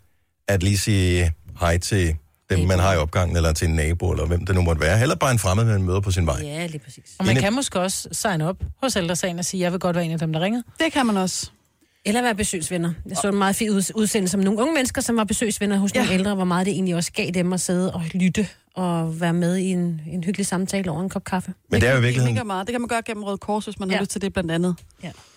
at lige sige hej til dem, man har i opgangen, eller til en nabo, eller hvem det nu måtte være. Heller bare en fremmed, man møder på sin vej. Ja, lige præcis. Og man Inde- kan måske også signe op hos ældresagen og sige, jeg vil godt være en af dem, der ringer. Det kan man også. Eller være besøgsvenner. Jeg så en meget fin uds- udsendelse om nogle unge mennesker, som var besøgsvenner hos ja. nogle ældre, hvor meget det egentlig også gav dem at sidde og lytte og være med i en, en hyggelig samtale over en kop kaffe. Men det er jo i virkeligheden Mega meget. Det kan man gøre gennem Røde Kors, hvis man har Ja. lyst til det blandt andet.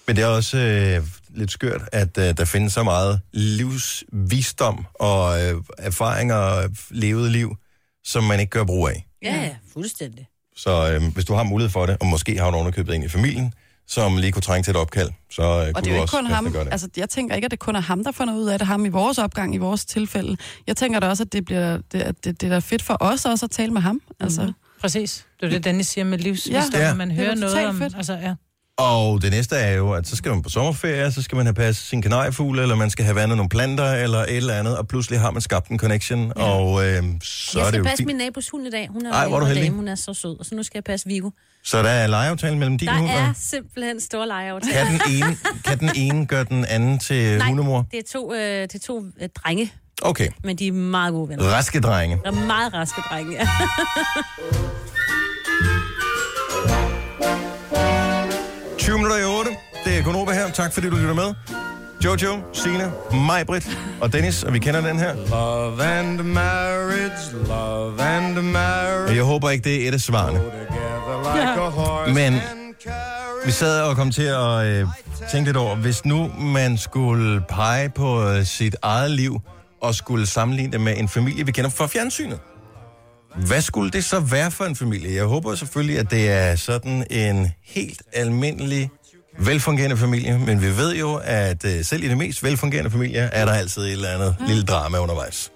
Men det er også øh, lidt skørt, at øh, der findes så meget livsvisdom og øh, erfaringer og levet liv, som man ikke gør brug af. Ja, ja fuldstændig. Så øh, hvis du har mulighed for det, og måske har du underkøbet en i familien, som lige kunne trænge til et opkald, så øh, kunne Og det er du jo ikke også kun passende ham. gøre det. Altså, jeg tænker ikke, at det kun er ham, der finder ud af det. Ham i vores opgang, i vores tilfælde. Jeg tænker da også, at det, bliver, det, at det, det er da fedt for os også at tale med ham. Altså, mm. Præcis. Det er det, Dennis siger med livsvisdom, Ja. ja. man Det er hører da noget totalt om. fedt. Altså, ja. Og det næste er jo, at så skal man på sommerferie, så skal man have passet sin kanariefugle, eller man skal have vandet nogle planter, eller et eller andet, og pludselig har man skabt en connection, ja. og øh, så jeg er det skal jo passe fint. min nabos hund i dag. Hun er Ej, Ej, hvor er du heldig. dame, hun er så sød. Og så nu skal jeg passe Vigo. Så der er legeaftale mellem din Der hund er og... simpelthen store legeaftaler. Kan den, ene, kan den ene gøre den anden til Nej. hundemor? Det er to, øh, det er to øh, drenge, Okay. men de er meget gode venner. Raske drenge. Der er meget raske drenge. Ja. Ja. 20 minutter i 8. Det er Konoba her. Tak fordi du lytter med. Jojo, Sina, mig, Britt og Dennis, og vi kender den her. Love and marriage, love and marriage. Jeg håber ikke, det er et af svarene. Go together like a horse Men and carriage. vi sad og kom til at øh, tænke lidt over, hvis nu man skulle pege på øh, sit eget liv og skulle sammenligne det med en familie, vi kender fra fjernsynet. Hvad skulle det så være for en familie? Jeg håber selvfølgelig, at det er sådan en helt almindelig, velfungerende familie, men vi ved jo, at øh, selv i de mest velfungerende familier er der altid et eller andet lille drama undervejs.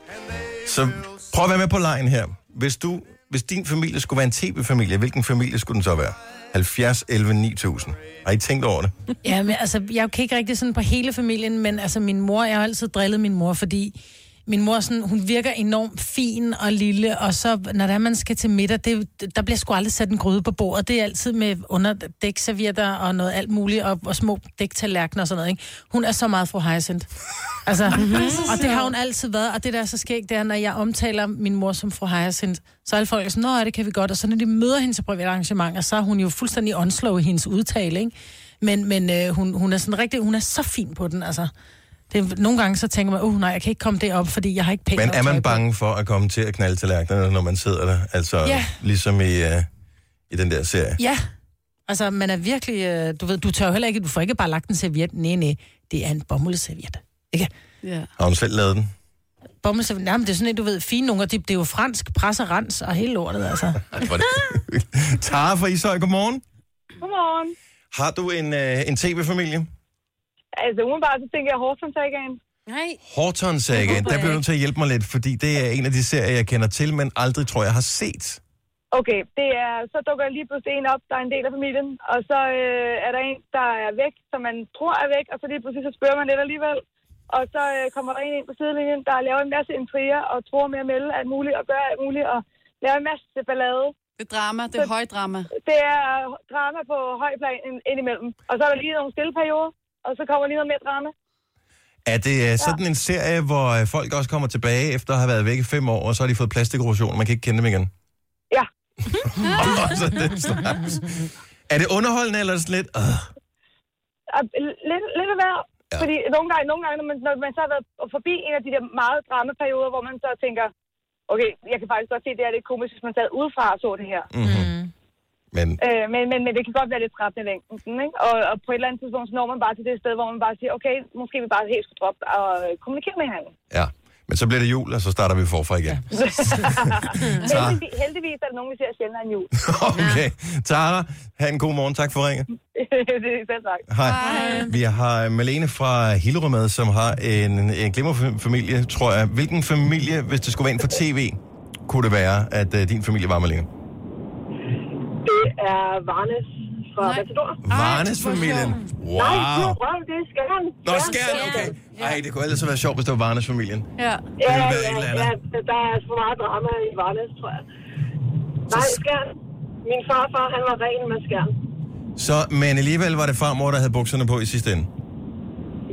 Så prøv at være med på lejen her. Hvis, du, hvis din familie skulle være en tv-familie, hvilken familie skulle den så være? 70, 11, 9000. Har I tænkt over det? Ja, men altså, jeg kan ikke rigtig sådan på hele familien, men altså, min mor, jeg har altid drillet min mor, fordi min mor, sådan, hun virker enormt fin og lille, og så, når der man skal til middag, det, der bliver sgu aldrig sat en gryde på bordet. Det er altid med underdækservietter og noget alt muligt, og, og små dæktallerkener og sådan noget, ikke? Hun er så meget fru Heisent. Altså, og det har hun altid været, og det der er så skægt, det er, når jeg omtaler min mor som fru Hyacinth, så er alle folk sådan, nå, ja, det kan vi godt, og så når de møder hende til private arrangementer, så er hun jo fuldstændig åndslå i hendes udtale, ikke? Men, men øh, hun, hun er sådan rigtig, hun er så fin på den, altså. Det, er- nogle gange så tænker man, uh, nej, jeg kan ikke komme derop, fordi jeg har ikke pænt Men nok er tøj man på." bange for at komme til at knalde tallerkenerne, når man sidder der? Altså, ja. Ja. ligesom i, uh, i den der serie. Ja. Altså, man er virkelig, øh, du ved, du tør jo heller ikke, du får ikke bare lagt en serviet. Nej, nej, det er en bomuldserviet. Ikke? ja. Har hun selv lavet den? Bomuldserviet, nej, men det er sådan et, du ved, fine nogle, og det, det er jo fransk, pres og rens og hele lortet, altså. Ej, hvor er det- Tara fra Ishøj, godmorgen. Godmorgen. Har du en, øh, en tv-familie? Altså, umiddelbart så tænker jeg Horsens igen. Nej. Horton Sagan, der jeg bliver du ikke. nødt til at hjælpe mig lidt, fordi det er en af de serier, jeg kender til, men aldrig tror jeg har set. Okay, det er, så dukker lige pludselig en op, der er en del af familien, og så øh, er der en, der er væk, som man tror er væk, og så lige pludselig så spørger man lidt alligevel. Og så øh, kommer der en ind på sidelinjen, der laver en masse intriger og tror med at melde alt muligt og gøre alt muligt og laver en masse ballade. Det er drama, det er højdrama. Det er øh, drama på høj plan ind- indimellem. Og så er der lige nogle stille perioder, og så kommer lige noget mere drama. Er det øh, sådan en serie, hvor øh, folk også kommer tilbage efter at have været væk i fem år, og så har de fået plastikrosion, og man kan ikke kende dem igen? Ja. Og så den slags. Er det underholdende, eller er det sådan lidt... Øh, Og Lidt, lidt af hver. Ja. Fordi nogle gange, nogle gange når, man, når man så har været forbi en af de der meget dramaperioder, hvor man så tænker, okay, jeg kan faktisk godt se, det er lidt komisk, hvis man sad udefra og så det her. mm-hmm. Men Øh, men, men, men det kan godt være lidt trættende i længden, ikke? Og, og på et eller andet tidspunkt, så når man bare til det sted, hvor man bare siger, okay, måske vi bare helt skulle droppe og øh, kommunikere med hinanden. ja, men så bliver det jul, og så starter vi forfra igen. heldigvis, heldigvis er der nogen, vi ser sjældnere end jul. Okay. Tara, have en god morgen. Tak for ringet. det er selv sagt. Hej. Vi har øh, Malene fra Hillerød med, som har en, en glimmerfamilie, tror jeg. Hvilken familie, hvis det skulle være en for tv, kunne det være, at uh, din familie var, Malene? Det er Varnes fra Matador. Varnes-familien. Nej, det Wow. er røv, det er skærm. Nå, skærn, okay. Ej, det kunne ellers være sjovt, hvis det var Varnes-familien. Ja. Det Ja, ville ja, være et eller andet. ja, der er for meget drama i Varnes, tror jeg. Nej, skærm. Min farfar, han var ren med skærm. Så, men alligevel var det farmor, der havde bukserne på i sidste ende.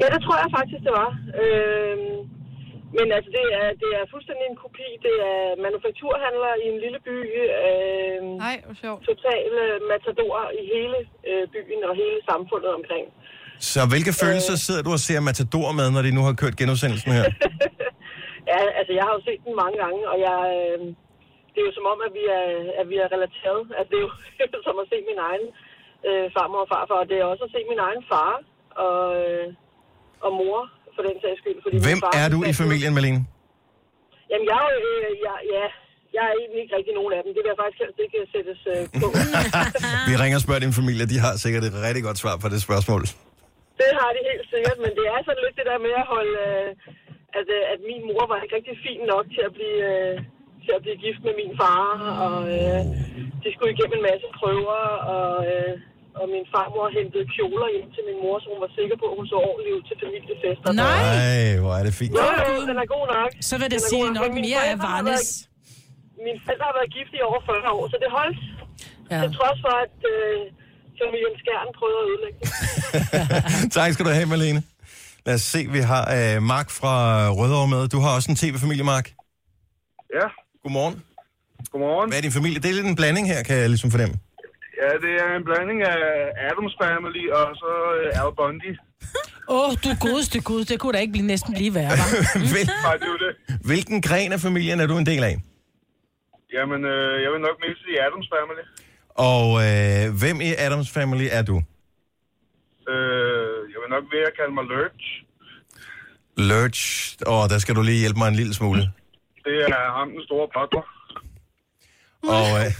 Ja, det tror jeg faktisk, det var. Øhm, men altså, det er, det er fuldstændig en kopi. Det er manufakturhandler i en lille by. Øhm, Nej, hvor sjovt. total øh, matador i hele øh, byen og hele samfundet omkring. Så hvilke følelser sidder du og ser Matador med, når de nu har kørt genudsendelsen her? Ja, altså, jeg har jo set den mange gange, og jeg... Øh, det er jo som om, at vi er, at vi er relateret. Altså, det er jo som at se min egen øh, farmor og farfar, og det er også at se min egen far og, øh, og mor, for den sags skyld. Fordi min Hvem far, er du i familien, Malene? Jamen, jeg, er jo, øh, jeg, ja, jeg er egentlig ikke rigtig nogen af dem. Det vil jeg faktisk helst ikke sættes øh, på. Vi ringer og spørger din familie, de har sikkert et rigtig godt svar på det spørgsmål. Det har de helt sikkert, men det er sådan lidt det der med at holde, øh, at, øh, at min mor var ikke rigtig fin nok til at blive, øh, til at blive gift med min far, og øh, de skulle igennem en masse prøver, og, øh, og min farmor hentede kjoler hjem til min mor, så hun var sikker på, at hun så ordentligt ud til familiefester. Nej. Nej, hvor er det fint. Jo, jo, den er god nok. Så vil det Den er sige god nok men mine mere af forældre har været- Varnes. Mine forældre har været gift i over 40 år, så det holdt. Ja. Ja. Til trods for, at øh, familien Skjern prøvede at ødelægge det. tak skal du have, Malene. Lad os se, vi har øh, Mark fra Rødovre med. Du har også en tv-familie, Mark. Ja, Godmorgen. godmorgen. Hvad er din familie? Det er lidt en blanding her, kan jeg ligesom fornemme. Ja, det er en blanding af Adams Family og så øh, Al Bundy. Åh, oh, du godeste gud, det kunne da ikke blive, næsten blive værre, hva'? Hvil, Nej, det er jo det. hvilken gren af familien er du en del af? Jamen, øh, jeg vil nok mest sige Adams Family. Og øh, hvem i Adams Family er du? Øh, jeg vil nok ved at kalde mig Lurch. Lurch. Åh, oh, der skal du lige hjælpe mig en lille smule. Det er ham, den store potter. Og øh,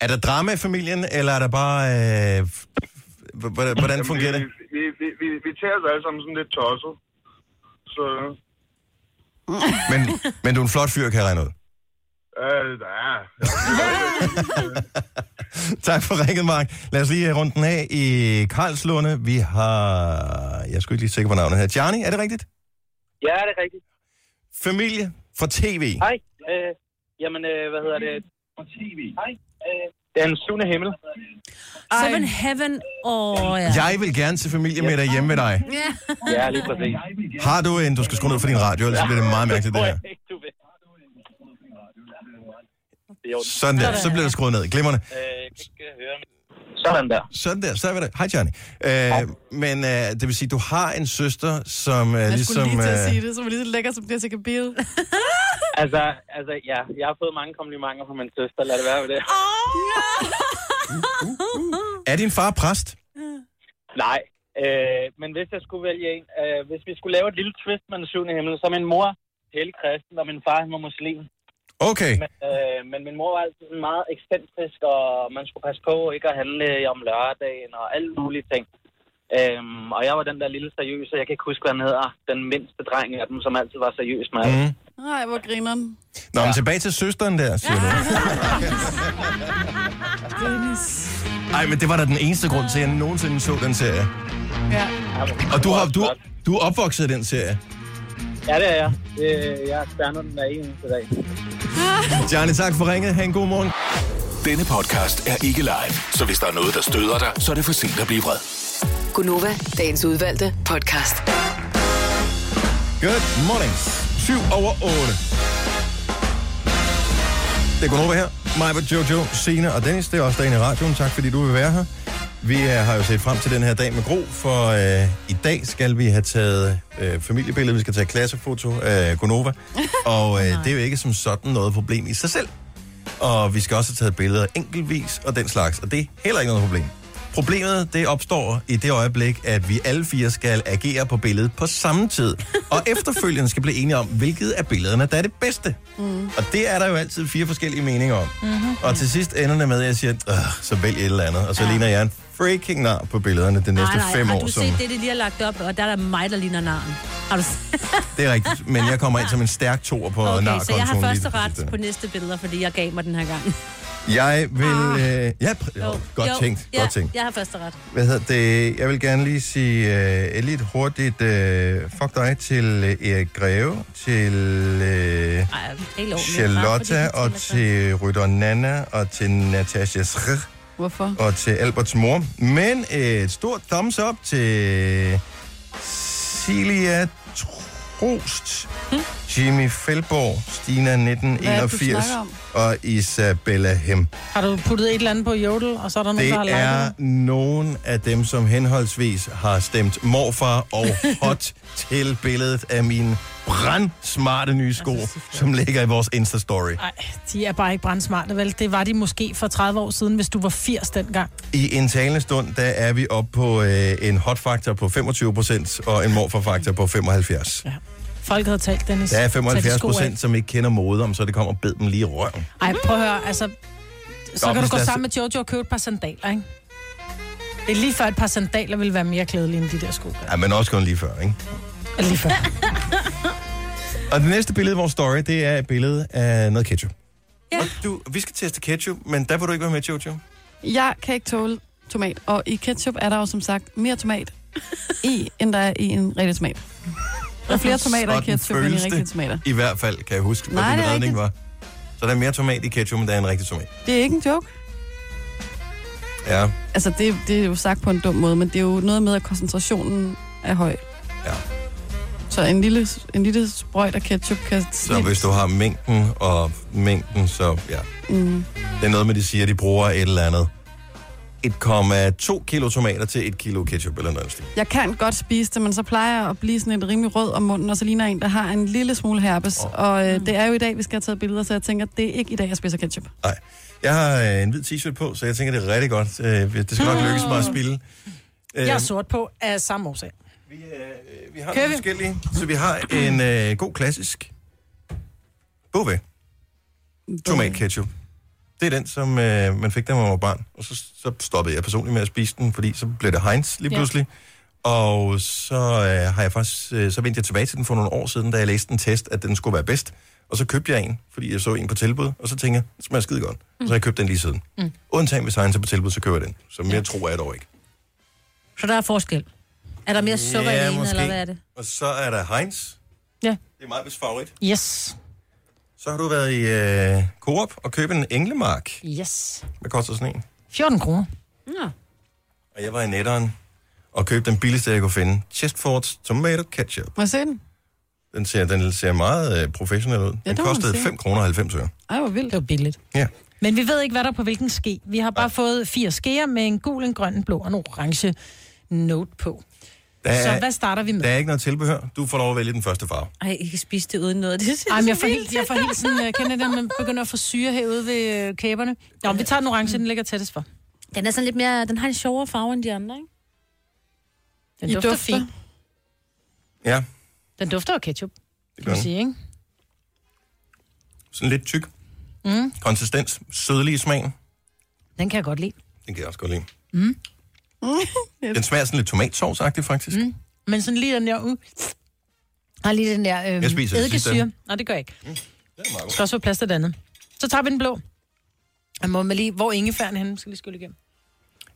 er der drama i familien, eller er der bare... Øh, f- f- hvordan hvordan fungerer det? Jamen, Vi, vi, vi, vi, vi tager os alle sammen sådan lidt tosset. Så Men, men du er en flot fyr, kan jeg regne ud. øh, ja, Tak for ringet, Mark. Lad os lige runde den af i Karlslunde. Vi har... Jeg skulle ikke lige sikker på navnet her. Gianni, er det rigtigt? Ja, det er rigtigt. Familie fra tv. Hej. Øh, jamen, øh, hvad hedder det? På TV. Hej. Øh, den syvende himmel. Seven Heaven og... Ja. Jeg vil gerne se familiemiddag hjemme med dig. ja. Ja, lige præcis. Har du en... Du skal skrue ned for din radio, ellers bliver det meget mærkeligt, det her. Ikke, du ved. Sådan der. Så bliver det skruet ned. Glimmerne. Øh, kan ikke øh, høre. Sådan der. Sådan der. Så er vi der. Hej, Gianni. Øh, men øh, det vil sige, du har en søster, som øh, Jeg ligesom... skulle lige til at øh, sige det, som er lige så lækker som Jessica Biel. Altså, altså, ja, jeg har fået mange komplimenter fra min søster. Lad det være med det. Uh, Er din far præst? Nej. Øh, men hvis jeg skulle vælge en, øh, hvis vi skulle lave et lille twist med den syvende himmel, så er min mor helkristen, og min far han var muslim. Okay. Men, øh, men min mor var altid sådan meget ekscentrisk, og man skulle passe på ikke at handle øh, om lørdagen og alle mulige ting. Øhm, og jeg var den der lille seriøse, jeg kan ikke huske, hvad han hedder, den mindste dreng af dem, som altid var seriøs med alt. Mm. Nej, hvor grineren. Nå, men tilbage til søsteren der, siger du. Dennis. Ej, men det var da den eneste grund til, at jeg nogensinde så den serie. Ja. Og du, har, du, du er opvokset i den serie. Ja, det er jeg. Det, jeg er stjernet den der eneste dag. Johnny, tak for ringet. Ha' en god morgen. Denne podcast er ikke live, så hvis der er noget, der støder dig, så er det for sent at blive vred. Gunova, dagens udvalgte podcast. Good mornings. 7 over 8. Det er Gunnova her. Mig var Jojo, Sina og Dennis. Det er også dagen i radioen. Tak fordi du vil være her. Vi øh, har jo set frem til den her dag med Gro, for øh, i dag skal vi have taget øh, familiebilleder, vi skal tage klassefoto af Gonova, og øh, det er jo ikke som sådan noget problem i sig selv. Og vi skal også have taget billeder enkeltvis og den slags, og det er heller ikke noget problem. Problemet, det opstår i det øjeblik, at vi alle fire skal agere på billedet på samme tid, og efterfølgende skal blive enige om, hvilket af billederne, der er det bedste. Mm. Og det er der jo altid fire forskellige meninger om. Mm-hmm. Mhm. Og til sidst ender det med, at jeg siger, "Åh, så vælg et eller andet. Og så ja. ligner jeg en freaking nar på billederne de næste fem har år. du set som- det, de lige har lagt op, og der er der mig, der ligner narren. Har du Det er rigtigt, men jeg kommer ind som en stærk toer på okay, Okay, så jeg har narkontoen. første ret på næste billeder, fordi jeg gav mig den her gang. Jeg vil... Øh, ja, pr- jo, godt Ah. Jo, tænkt, ja, godt tænkt. Jeg har første ret. Hvad hedder det? Jeg vil gerne lige sige øh, lidt hurtigt øh, fuck dig til øh, Erik Greve, til øh, Ej, helt ordentligt. Bare fordi Charlotte de og til Rytter Nana og til Natasha Schrr. Hvorfor? og til Alberts mor. Men et stort thumbs up til Celia Trost, Jimmy Feldborg, Stina Hvad er 1981 det, du snakker om? og Isabella Hem. Har du puttet et eller andet på Jodel, og så er der nogen, Det der har er liket nogen af dem, som henholdsvis har stemt morfar og hot til billedet af mine brandsmarte nye sko, Altså, som ligger i vores Insta-story. Nej, de er bare ikke brandsmarte, vel? Det var de måske for 30 år siden, hvis du var 80 dengang. I en talende stund, der er vi oppe på øh, en hot-faktor på 25% og en morfar-faktor på 75%. Ja. Folk havde talt, Dennis. Der er Tag de 75 sko af. procent, som ikke kender mode, om så det kommer og bed dem lige i røven. Ej, prøv at høre, altså... Så Nå, kan du hvis gå der er- sammen med Jojo og købe et par sandaler, ikke? Det er lige før, et par sandaler ville være mere klædelige end de der sko. der. Ja, men også kun lige før, ikke? Eller lige før. Og det næste billede i vores story, det er et billede af noget ketchup. Ja. Og du, vi skal teste ketchup, men der vil du ikke være med, Jojo. Jeg kan ikke tåle tomat, og i ketchup er der jo som sagt mere tomat i, end der er i en rigtig tomat. Der er flere tomater Sådan i ketchup, end i føles rigtige det. tomater. I hvert fald, kan jeg huske, hvad Nej, din det er redning rigtigt. var. Så der er mere tomat i ketchup, end der er en rigtig tomat. Det er ikke en joke. Ja. Altså, det, det er jo sagt på en dum måde, men det er jo noget med, at koncentrationen er høj. Ja. Så en lille, en lille sprøjt af ketchup kan... Så hvis du har mængden og mængden, så ja. Mm. Det er noget med, de siger, at de bruger et eller andet. 1,2 kilo tomater til 1 kilo ketchup eller noget. i den stil. Jeg kan godt spise det, men så plejer jeg at blive sådan et rimelig rød om munden, og så ligner jeg en, der har en lille smule herpes. Oh. Og Mm. øh, det er jo i dag, vi skal have taget billeder, så jeg tænker, det er ikke i dag, jeg spiser ketchup. Jeg har øh, en hvid t-shirt på, så jeg tænker, det er rigtig godt. Øh, det skal nok lykkes mig at spille. Øh, Øhm. Jeg er sort på af samme årsag. vi har nogle forskellige. Så vi har en øh, god klassisk Bove. Tomatketchup. Det er den, som øh, man fik, da man var barn. Og så, så stoppede jeg personligt med at spise den, fordi så blev det Heinz lige Ja. pludselig. Og så øh, har jeg faktisk, øh, så vendte jeg tilbage til den for nogle år siden, da jeg læste en test, at den skulle være bedst. Og så købte jeg en, fordi jeg så en på tilbud, og så tænkte jeg, det smager skide godt. Mm. Så har jeg købt den lige siden. Mm. Undtagen hvis Heinz er på tilbud, så køber jeg den. Så mere ja. tror jeg dog ikke. Så der er forskel. Er der mere sukker Ja, i den, ene, måske. eller hvad er det? Og så er der Heinz. Ja. Det er Majbets favorit. Yes. Så har du været i øh, Coop og købt en englemark. Yes. Hvad koster sådan en? 14 kroner. Og jeg var i netteren og købte den billigste, jeg kunne finde. Chestfords Tomato Ketchup. Må jeg se den? Den ser, den ser meget øh, professionel ud. Ja, den det må man kostede sige. 5 kroner og 90 øre. Ej, hvor vildt. Det var billigt. Ja. Men vi ved ikke, hvad der er på hvilken ske. Vi har bare fået fire skeer med en gul, en grøn, en blå og en orange note på. Der er, Så hvad starter vi med? Der er ikke noget tilbehør. Du får lov at vælge den første farve. Ej, I kan spise det uden noget. Det Ej, men jeg får helt, jeg får helt sådan, jeg kender det, når man begynder at få syre herude ved øh, kæberne. Nå, vi tager den orange, den ligger tættest for. Den er sådan lidt mere... Den har en sjovere farve end de andre, ikke? Den I dufter, dufter. dufter. fint. Ja, Den dufter af ketchup, det kan gør man den. sige, ikke? Sådan lidt tyk. Mm, Konsistens. Sødlig i smagen. den kan jeg godt lide. Den kan jeg også godt lide. Mm. Den smager sådan lidt tomatsovsagtigt, faktisk. Mm. Men sådan lige den der... Uh, har lige den der øh, Jeg spiser det sidste af eddikesyre. den. Nej, det gør jeg ikke. Mm, det skal også være plads til det andet. Så tager vi den blå. Jeg må med lige, hvor ingefæren henne? Skal lige skulle igennem.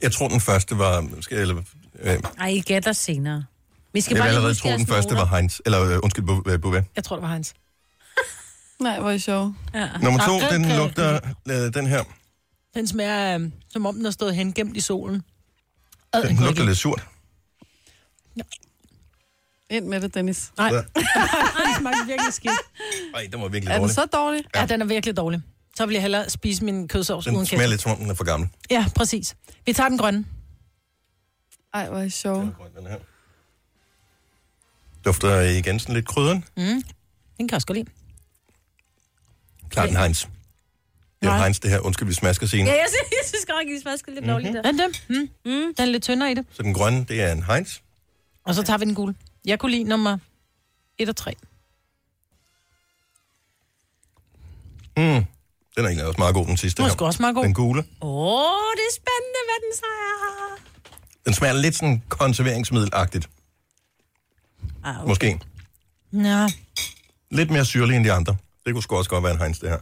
Jeg tror, den første var... Skal, eller, øh, Ej, I gætter senere. Vi skal jeg bare vil lige allerede huske tro, jeres den første noter. var Heinz. Eller øh, undskyld, Bu- øh, Bouvet. Jeg tror, det var Heinz. Nej, hvor er I sjov. Ja. Nummer to, den lugter øh, den her. Den smager, øh, som om den har stået hen gemt i solen. Ad, Den lugter lidt surt. Ind med det, Dennis. Nej. det smagte virkelig skidt. Ej, den var virkelig Er den dårlig. så dårlig? Ja, den er virkelig dårlig. Så vil jeg hellere spise min kødsovs uden Den ketchup. smager lidt, som om den er for gammel. Ja, præcis. Vi tager den grønne. Ej, hvor er sjov. Den her. Dufter igen sådan lidt krydderen. Mm. Den kan jeg også godt lide. Klart en Heinz. Det er jo Heinz, det her. Undskyld, vi smasker scenen. Ja, jeg synes, jeg synes godt, at vi smasker lidt Mhm. dårligt der. Er den det? Mm. Mm. Den er lidt tyndere i det. Så den grønne, det er en Heinz. Og så tager vi den gule. Jeg kunne lide nummer 1 og 3. Mm. Den er egentlig også meget god, den sidste Den var her. sgu også meget god. Den gule. Åh, oh, det er spændende, hvad den så er. Den smager lidt sådan konserveringsmiddelagtigt. Ah, okay. Måske. Ja. Lidt mere syrlig end de andre. Det kunne sgu også godt være en Heinz, det her.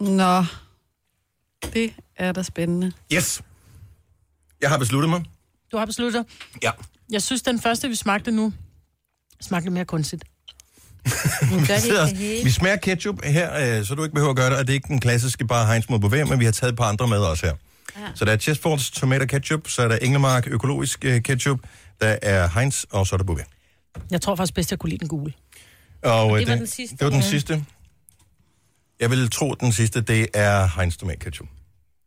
Nå. Det er da spændende. Yes! Jeg har besluttet mig. Du har besluttet dig. Ja. Jeg synes, den første, vi smagte nu, smagte mere kunstigt. Vi, sidder, vi smager ketchup her, øh, så du ikke behøver at gøre det, og det er ikke den klassiske bare Heinz mod Bovær, men vi har taget et par andre med også her. Ja. Så der er Chesfords tomato ketchup, så er der Englemark økologisk øh, ketchup, der er Heinz, og så er der Bovær. Jeg tror faktisk bedst, jeg kunne lide den gule. Og, øh, det var den sidste. Det var den Ja. sidste. Jeg vil tro, at den sidste, det er Heinz tomat ketchup.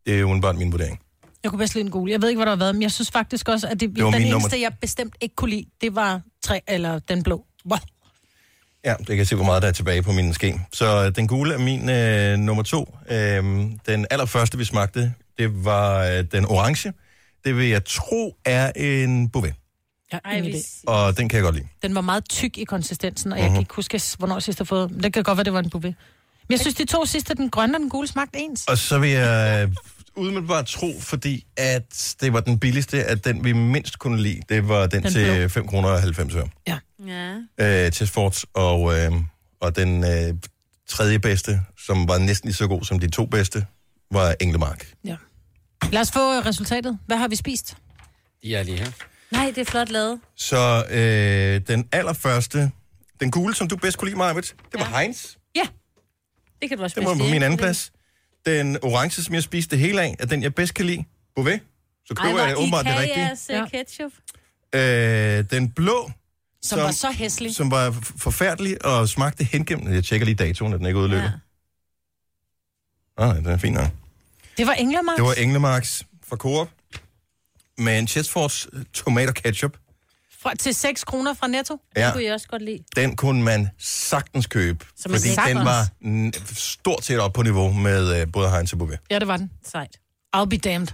Det er udenbart min vurdering. Jeg kunne bedst lide den gule. Jeg ved ikke, hvad der har været, men jeg synes faktisk også, at det, Det var det den min eneste, nummer- jeg bestemt ikke kunne lide, det var tre, eller den blå. Wow. Ja, det kan jeg se, hvor meget der er tilbage på min ske. Så øh, den gule er min øh, nummer to. Øhm, den allerførste, vi smagte, det var øh, den orange. Det vil jeg tro er en bouvet, Jeg er ingen idé. og den kan jeg godt lide. Den var meget tyk i konsistensen, og jeg kan Mhm. ikke huske, hvornår jeg sidst har fået den. Det kan godt være, det var en bouvet. Men jeg synes, de to sidste, den grønne og den gule, smagte ens. Og så vil jeg øh, umiddelbart tro, fordi at det var den billigste, at den vi mindst kunne lide, det var den, Den den blå. til 5 kroner og 90 øre. Ja. ja. øh, til sports, og, øh, og den øh, tredje bedste, som var næsten lige så god som de to bedste, var Englemark. Lad os få øh, resultatet. Hvad har vi spist? De er lige her. Nej, det er flot lavet. Så øh, den allerførste, den gule, som du bedst kunne lide, Marvitt, det var ja. Heinz. Ja. Det kan du også Den var bedst på lide, min ikke? anden plads. Den orange, som jeg spiste det hele af, er den, jeg bedst kan lide. Bouvet. Så Ej, køber hvor jeg det åbenbart I det kan rigtige. jeres ja. ketchup. Øh, den blå, Som var så hæslig. Som var f- forfærdelig og smagte hengennem. Jeg tjekker lige datoen, at den ikke udløber. Ja. Ah, den er fin nok. Det var Englermarks. Det var Englemarks fra Coop. Med en Chesfords tomato ketchup. Fra, til 6 kroner fra Netto. Ja. Det kunne jeg også godt lide. Den kunne man sagtens købe. Så man fordi sagtens- den var n- stort set op på niveau med øh, både Heinz og Bouvet. Ja, det var den. Sejt. I'll be damned.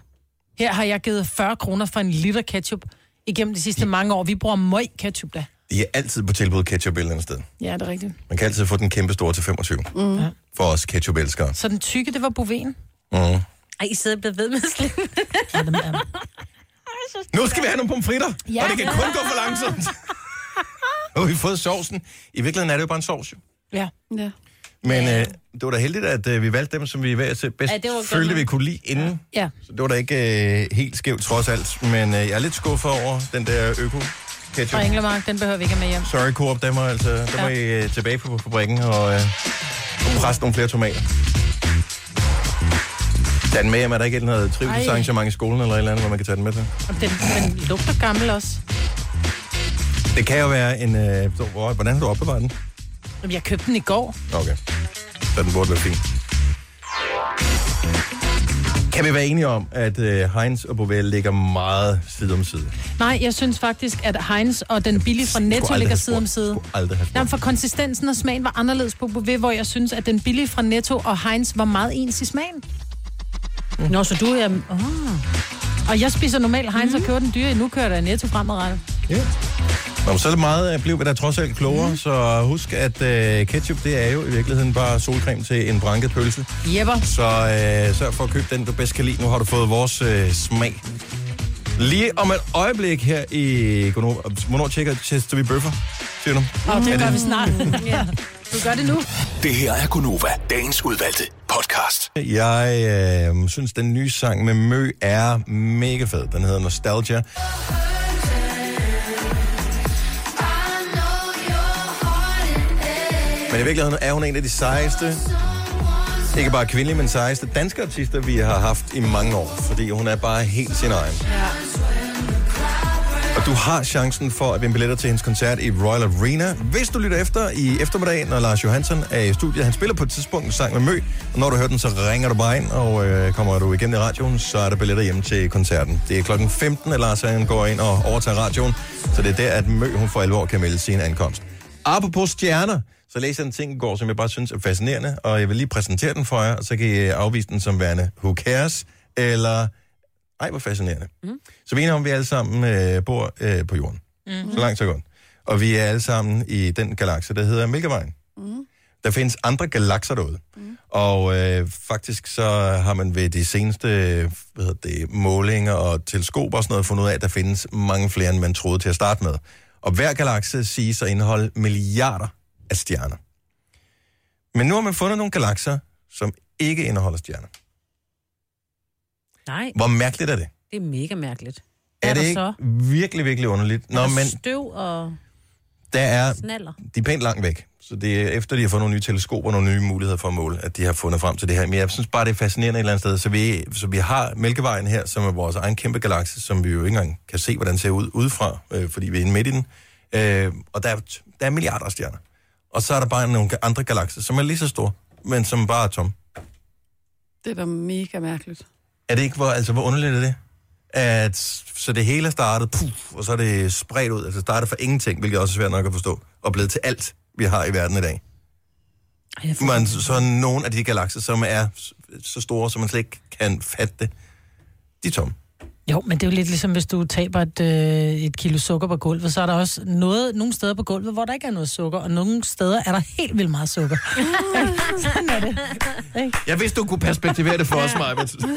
Her har jeg givet 40 kroner for en liter ketchup igennem de sidste mange år. Vi bruger møg ketchup da. De er altid på tilbud ketchup et eller andet sted. Ja, det er rigtigt. Man kan altid få den kæmpe store til 25. Mm. Ja. For os ketchup-elskere. Så den tykke, det var boven. Mm. Ej, I sidder og bliver ved med at slippe. Nu skal vi have nogle pomfritter, Ja. ja. og det kan kun gå for langsomt. Nu har vi fået sovsen. I virkeligheden er det jo bare en sovs, jo. Ja. ja. Men øh, det var da heldigt, at øh, vi valgte dem, som vi hver til bedst Ja, ja, det var godt følte, nok. vi kunne lide inden. Ja. Ja. Så det var da ikke øh, helt skævt trods alt, men øh, jeg er lidt skuffet over den der øko-ketchup. Og Englemark, den behøver vi ikke have med hjem. Sorry, Coop, der må, altså, der må I øh, tilbage på fabrikken og, øh, og presse nogle flere tomater. Tag den med hjem. Er der ikke et eller andet trivselsarrangement i skolen eller et eller andet, hvor man kan tage den med til? Og den, den lugter gammel også. Det kan jo være en... Øh, så hvor- hvordan har du opbevaret den? Jamen, jeg købte den i går. Okay. Så den burde være fin. Kan vi være enige om, at øh, Heinz og Bovell ligger meget side om side? Nej, jeg synes faktisk, at Heinz og den billige fra Skulle Netto aldrig ligger have side om spurgt. side. Skulle aldrig have Jamen, for konsistensen og smagen var anderledes på Bouvet, hvor jeg synes, at den billige fra Netto og Heinz var meget ens i smagen. Mm. Nå, så du er... Oh. Og jeg spiser normalt Heinz mm. og køber den dyre. Nu kører der Netto fremadrettet. Nå, men så er det meget, øh, blev vi da trods alt klogere, Mhm. mm. så husk, at øh, ketchup, det er jo i virkeligheden bare solcreme til en branket pølse. Jepper. Så øh, sørg for at købe den, du bedst kan lide. Nu har du fået vores øh, smag. Lige om et øjeblik her i... Gonova- Hvornår tjekker Chester vi bøffer? Siger du? Og Er Mm. det gør vi snart. ja. Du gør det nu. Det her er Gunova, dagens udvalgte podcast. Jeg øh, synes, den nye sang med Mø er mega fed. Den hedder Nostalgia. Men i virkeligheden er hun en af de sejeste, ikke bare kvindelige, men sejeste danske artister, vi har haft i mange år. Fordi hun er bare helt sin egen. Ja. Og Du har chancen for at vinde billetter til hendes koncert i Royal Arena. Hvis du lytter efter i eftermiddag, når Lars Johansson er i studiet. Han spiller på et tidspunkt en sang med Mø, og når du hører den, så ringer du bare ind, og øh, kommer du igennem i radioen, så er der billetter hjem til koncerten. Det er klokken 15, at Lars han går ind og overtager radioen, så det er der, at Mø hun for alvor kan melde sin ankomst. Apropos stjerner, så læser jeg en ting i går, som jeg bare synes er fascinerende, og jeg vil lige præsentere den for jer, og så kan I øh, afvise den som værende who cares, eller ej, hvor fascinerende. Mm. Så vi er enige om, at vi alle sammen øh, bor øh, på jorden. Mm. Så langt, så godt. Og vi er alle sammen i den galakse, der hedder Mælkevejen. Mm. Der findes andre galakser derude. Mm. Og øh, faktisk så har man ved de seneste øh, hvad hedder det, målinger og teleskoper og sådan noget fundet ud af, at der findes mange flere, end man troede til at starte med. Og hver galakse siges at indeholde milliarder af stjerner. Men nu har man fundet nogle galakser, som ikke indeholder stjerner. Nej, Hvor mærkeligt er det? det er mega mærkeligt. Hvad Er, det der ikke så? virkelig, virkelig underligt? Er Nå, der men Støv og der er, snaller. de er pænt langt væk. Så det er efter, de har fået nogle nye teleskoper, nogle nye muligheder for at måle, at de har fundet frem til det her. Men jeg synes bare, det er fascinerende et eller andet sted. Så vi, så vi har Mælkevejen her, som er vores egen kæmpe galakse, som vi jo ikke engang kan se, hvordan den ser ud udefra, øh, fordi vi er inde midt i den. Øh, og der er, der er milliarder af stjerner. Og så er der bare nogle andre galakser, som er lige så store, men som bare er tomme. Det er da mega mærkeligt. Er det ikke, hvor, altså, hvor underligt er det? At, så det hele er startet, puff, og så er det spredt ud. Altså startet fra ingenting, hvilket også er svært nok at forstå, og blevet til alt, vi har i verden i dag. Men så så nogle af de galakser, som er s- så store, som man slet ikke kan fatte det, de er tomme. Jo, men det er jo lidt ligesom, hvis du taber et, øh, et kilo sukker på gulvet, så er der også noget, nogle steder på gulvet, hvor der ikke er noget sukker, og nogle steder er der helt vildt meget sukker. Sådan er det. Ikke? Jeg vidste, du kunne perspektivere det for os, Maja.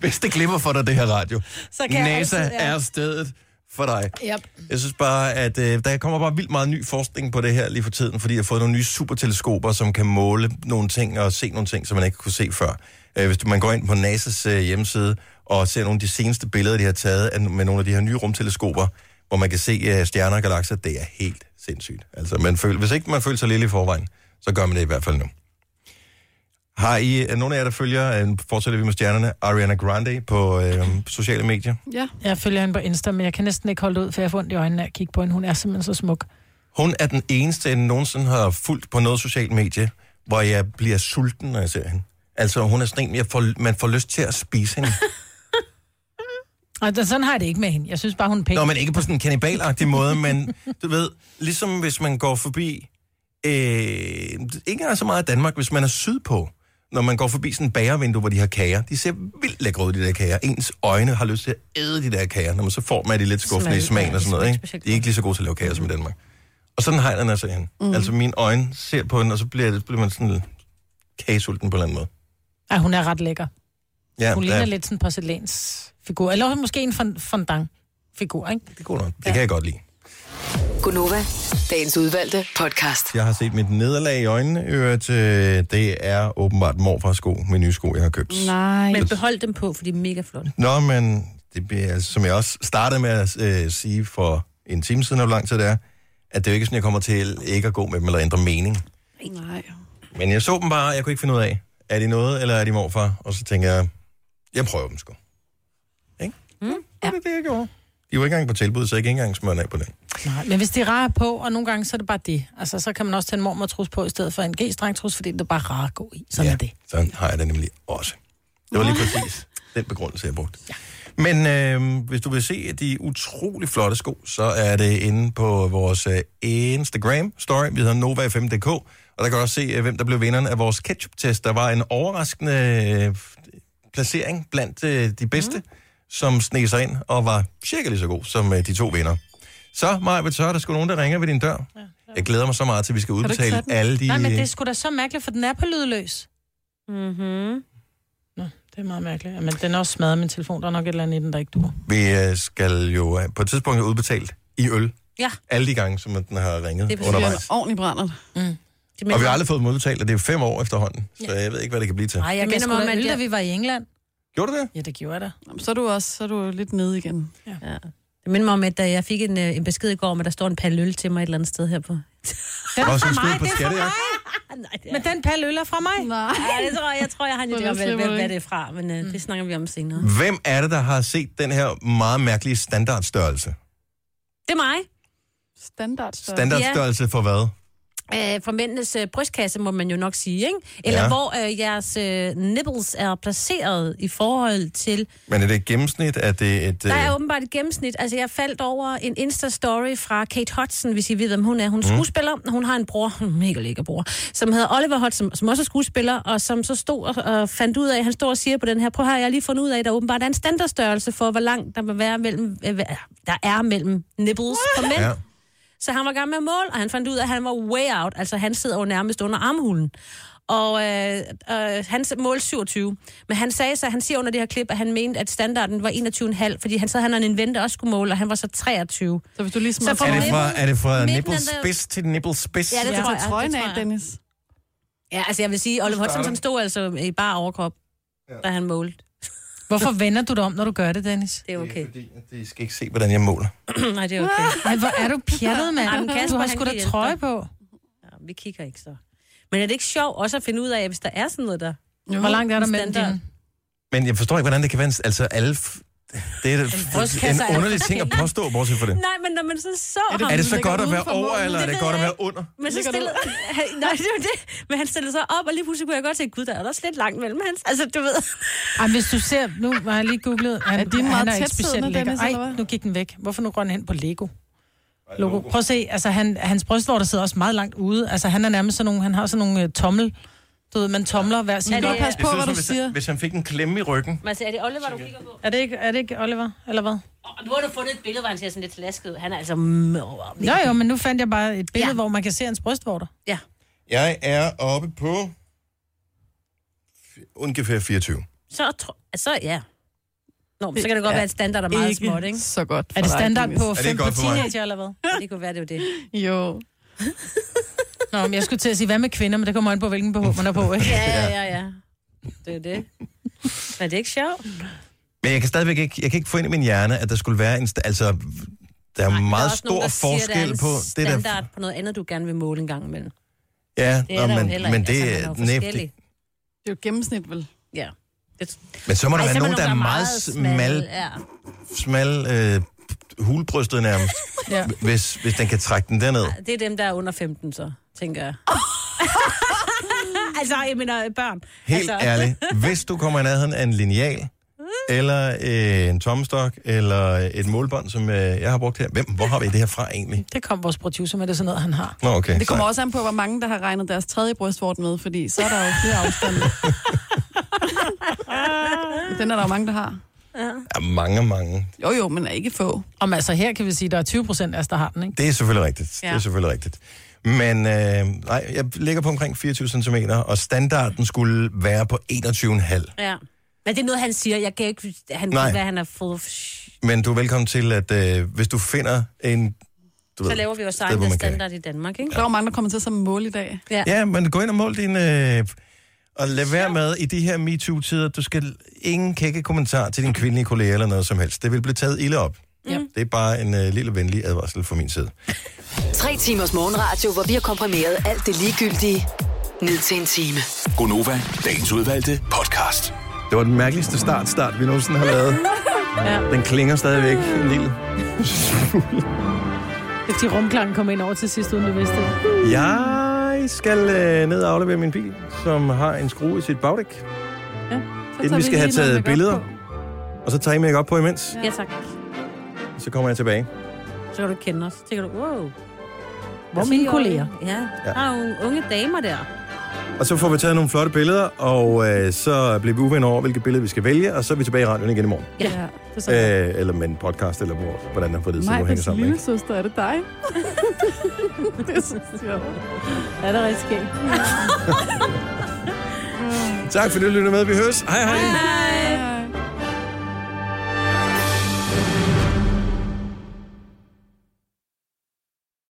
Hvis det glimmer for dig, det her radio. Så kan jeg NASA altid, ja. er stedet for dig. Yep. Jeg synes bare, at øh, der kommer bare vildt meget ny forskning på det her lige for tiden, fordi jeg har fået nogle nye superteleskoper, som kan måle nogle ting og se nogle ting, som man ikke kunne se før. Øh, hvis du, man går ind på NASA's øh, hjemmeside og ser nogle af de seneste billeder, de har taget af, med nogle af de her nye rumteleskoper, hvor man kan se øh, stjerner og galakser, det er helt sindssygt. Altså, man føler, hvis ikke man føler sig lille i forvejen, så gør man det i hvert fald nu. Har I, er nogen af jer, der følger, øh, nu fortsætter vi med stjernerne, Ariana Grande på øh, sociale medier? Ja. Jeg følger hende på Insta, men jeg kan næsten ikke holde det ud, for jeg får ondt i øjnene af at kigge på hende. Hun er simpelthen så smuk. Hun er den eneste, jeg nogensinde har fulgt på noget socialt medie, hvor jeg bliver sulten, når jeg ser hende. Altså, hun er sådan en, jeg får, man får lyst til at spise hende. Og da- sådan har jeg det ikke med hende. Jeg synes bare, hun er pæn. Nå, men ikke på sådan en kanibalagtig måde, men du ved, ligesom hvis man går forbi, øh, ikke engang så meget af Danmark, hvis man er sydpå, når man går forbi sådan en bagervindue, hvor de har kager. De ser vildt lækre ud, de der kager. Ens øjne har lyst til at æde de der kager, når man så får dem, er de lidt skuffende i Smag, smagen ja, og sådan noget. det Ikke? De er ikke lige så gode til at lave kager som i Danmark. Og sådan har jeg den altså hende. Mm. Altså mine øjne ser på hende, og så bliver, det, bliver man sådan lidt kagesulten på en eller anden måde. Ej, hun er ret lækker. Ja, hun ligner der- lidt sådan en porcelænsfigur. Eller hun måske en fon- fondant-figur, ikke? Det er god nok. Det kan jeg godt lide. Gunova, dagens udvalgte podcast. Jeg har set mit nederlag i øjnene, i øvrigt. øh, Det er åbenbart morfars sko, min nye sko, jeg har købt. Nej. Men behold dem på, for de er mega flotte. Nå, men det bliver, altså, som jeg også startede med at øh, sige for en time siden, og hvor lang tid det er, at det er jo ikke sådan, jeg kommer til ikke at gå med dem eller ændre mening. Nej. Men jeg så dem bare, og jeg kunne ikke finde ud af, er de noget, eller er de morfar? Og så tænker jeg, jeg prøver dem sgu. Mm. Ja. Det, det, jeg gjorde. De var ikke engang på tilbud, så jeg kan ikke engang smøre den af på det. Nej, men hvis de er rare på, og nogle gange, så er det bare det. Altså, så kan man også tage en mormortrus på, i stedet for en G-strengtrus, fordi det er bare rare at gå i. Sådan ja. er det. Sådan har jeg det nemlig også. Det var lige præcis den begrundelse, jeg brugte. Ja. Men øh, hvis du vil se de utrolig flotte sko, så er det inde på vores øh, Instagram-story. Vi hedder Nova5.dk, og der kan du også se, øh, hvem der blev vinderen af vores ketchup-test. Der var en overraskende øh, placering blandt øh, de bedste, mm. som sneg sig ind og var cirka lige så god som øh, de to vinder. Så, Maja, så er der sgu nogen, der ringer ved din dør. Ja, Jeg glæder mig så meget til, at vi skal udbetale alle de... øh, Nej, men det er sgu da så mærkeligt, for den er på lydløs. Mhm. Nå, det er meget mærkeligt. Ja, men den er også smadret, min telefon. Der er nok et eller andet i den, der ikke dur. Vi øh, skal jo øh, på et tidspunkt have udbetalt i øl. Ja. Alle de gange, som den har ringet Det betyder en undervejs. ordentlig brænder. Mm. Og vi har aldrig fået dem udbetalt, og det er fem år efterhånden. Så jeg ved ikke, hvad det kan blive til. Nej, jeg minder minder mig mig om, at øl, da jeg- vi var i England. Gjorde du det? Ja, det gjorde jeg da. Jamen, så er du også så er du lidt nede igen. Ja. Ja. Det minder mig om, at da jeg fik en, øh, en besked i går om, at der står en palle øl til mig et eller andet sted her på. Den er Også for en skud mig, på det er for skattejagt. Nej, det er... Men den palle øl er fra mig. Nej, ja, det tror jeg, jeg tror, jeg har en idé om, hvad, slipper hvad, det. Mm. hvad det er fra, men øh, det snakker vi om senere. Hvem er det, der har set den her meget mærkelige standardstørrelse? Det er mig. Standardstørrelse. Standardstørrelse for hvad? Øh, fra mændenes øh, brystkasse, må man jo nok sige, ikke? Eller Ja. ja. hvor øh, jeres øh, nipples er placeret i forhold til... Men er det et gennemsnit? Er det et... Der er øh, åbenbart et gennemsnit. Altså, jeg faldt over en Insta-story fra Kate Hudson, hvis I ved, hvem hun er. Hun er Mm. skuespiller. Hun har en bror, en mega lækker bror, som hedder Oliver Hudson, som også er skuespiller, og som så stod og, og fandt ud af, han står og siger på den her, prøv her, jeg har lige fundet ud af, at der åbenbart er en standardstørrelse for, hvor langt der, vil være mellem, øh, hvad- der er mellem nipples for mænd. Ja. Så han var i gang med at måle, og han fandt ud af, at han var way out. Altså, han sidder jo nærmest under armhulen. Og øh, øh, han s- målte 27. Men han sagde så, han siger under det her klip, at han mente, at standarden var 21,5, fordi han sad, han havde en ven, der også skulle måle, og han var så 23. Så hvis du ligesom lige er, det fra, er det fra nipplespids til nipplespids? Ja, det tror jeg. trøjen det af, tror jeg. Dennis. Ja, altså jeg vil sige, Oliver Hudson, han stod altså i bare overkrop, ja. da han målte. Hvorfor vender du dig om, når du gør det, Dennis? Det er okay. I skal ikke se, hvordan jeg måler. Nej, det er okay. Ej, hvor er du pjattet, mand. Ej, men Kasper, du har han sgu kan da hjælpe trøje dig. på. Ja, vi kigger ikke så. Men er det ikke sjovt også at finde ud af, hvis der er sådan noget der? Hvor langt er der mellem Standard. dine? Men jeg forstår ikke, hvordan det kan være... en- Altså, alle... f- Det er da- brystkasse er- en underlig ting at påstå, bortset for det. Nej, men når man så så Er ham... det, er det så godt at være over, eller er Det det ved godt at jeg være under? Men så Ligger du- stillede han, nej, det var det. Men han stillede sig op, og lige pludselig kunne jeg godt tænke, gud, der er der også lidt langt mellem hans. Altså, du ved. Ej, hvis du ser... Nu har jeg lige googlet. Han, Er din han meget er ikke tætsiddende, specielt lækker. Dennis, eller Ej, hvad? nu gik den væk. Hvorfor nu går den hen på Lego? Logo. Prøv at se, altså han, hans brystvorter sidder også meget langt ude. Altså han er nærmest sådan nogle, han har sådan nogle uh, tommel, du ved, man tomler hver sin. Er det- lår. Pas Det ser ud som, hvis han, hvis han fik en klemme i ryggen. Men altså, er det Oliver, du kigger på? Er det ikke, er det ikke Oliver, eller hvad? Og nu har du fundet et billede, hvor han ser sådan lidt slasket ud. Han er altså... Nå jo, men nu fandt jeg bare et billede, ja. hvor man kan se hans brystvorter. Jeg er oppe på... Ungefær 24. Så, tro, så ja. Nå, men så kan det godt Ja. være, at standard er meget småt, ikke? Så godt. Er det for dig, standard Dennis. på det 5 på godt for mig? teenager, eller hvad? Det kunne være, det var det. Jo. Nå, men jeg skulle til at sige, hvad med kvinder, men det kommer an på, hvilken behov man er på, ikke? Ja, ja, ja, ja. Det er det. Men er det ikke sjovt? Men jeg kan stadigvæk ikke, jeg kan ikke få ind i min hjerne, at der skulle være en... st- Altså, der er Nej, meget der er også stor nogen, der forskel siger, der er en på det der... standard på noget andet, du gerne vil måle en gang imellem. Ja, Det er nå, der men, jo heller men ikke. det altså, man er jo nej, forskellig. det- Det er jo et gennemsnit, vel? Ja. Det, Men så må der Ej, være så nogen, der er meget meget smal, Ja. smal øh, hulbrystet nærmest, Ja. hvis, hvis den kan trække den derned. Ej, Det er dem, der er under 15, så, tænker jeg. altså, jeg mener børn. Helt altså, ærligt, hvis du kommer i nærheden af en lineal, eller øh, en tommestok, eller et målbånd, som øh, jeg har brugt her. Hvem, hvor har vi det her fra egentlig? Det kom vores producer med, det er sådan noget, han har. Nå, okay. Det kommer sejt. også an på, hvor mange, der har regnet deres tredje brystvort med, fordi så er der jo flere afstande. Den er der jo mange, der har. Ja, mange, mange. Jo, jo, men er ikke få. Om altså her kan vi sige, at der er 20 procent af os, der har den, ikke? Det er selvfølgelig rigtigt. Ja. Ja. Det er selvfølgelig rigtigt. Men øh, nej, jeg ligger på omkring 24 cm, og standarden skulle være på 21,5. Ja. Men det er noget, han siger. Jeg kan ikke... Han Nej. ved, hvad han har fået... Men du er velkommen til, at øh, hvis du finder en... Du Så laver vi jo sted, hvor sejlet man kan. standard i Danmark, ikke? Der er jo mange, der kommer til som mål i dag. Ja, men gå ind og mål din... Øh, og lad være med i de her MeToo-tider, du skal ingen kække kommentar til din kvindelige kollega eller noget som helst. Det vil blive taget ilde op. Ja. Mm. Det er bare en øh, lille venlig advarsel fra min side. Tre timers morgenradio, hvor vi har komprimeret alt det ligegyldige ned til en time. Gonova, dagens udvalgte podcast. Det var den mærkeligste start-start, vi nogensinde har lavet. ja. Den klinger stadigvæk en lille. Det er fordi rumklangen kom ind over til sidst, uden du vidste det. Jeg skal øh, ned og aflevere min bil, som har en skrue i sit bagdæk. Så Inden vi skal have lige noget taget makeup billeder. på. Og så tager I mig op på imens, Ja, tak. så kommer jeg tilbage. Så kan du ikke kende os. Så tænker du, wow. Hvor er mine kolleger? Ja, Ja. der er jo unge damer der. Og så får vi taget nogle flotte billeder, og øh, så bliver vi uvenner over, hvilke billeder vi skal vælge, og så er vi tilbage i radioen igen i morgen. Ja. Ja, det er sådan. Øh, eller med en podcast, eller hvor, hvordan der får det, så nu Mig, hænger hvis sammen. lille Ikke? søster, er det dig? det synes jeg. Er det rigtig skægt? Tak fordi du lyttede med. Vi høres. Hej hej. hej. Hej.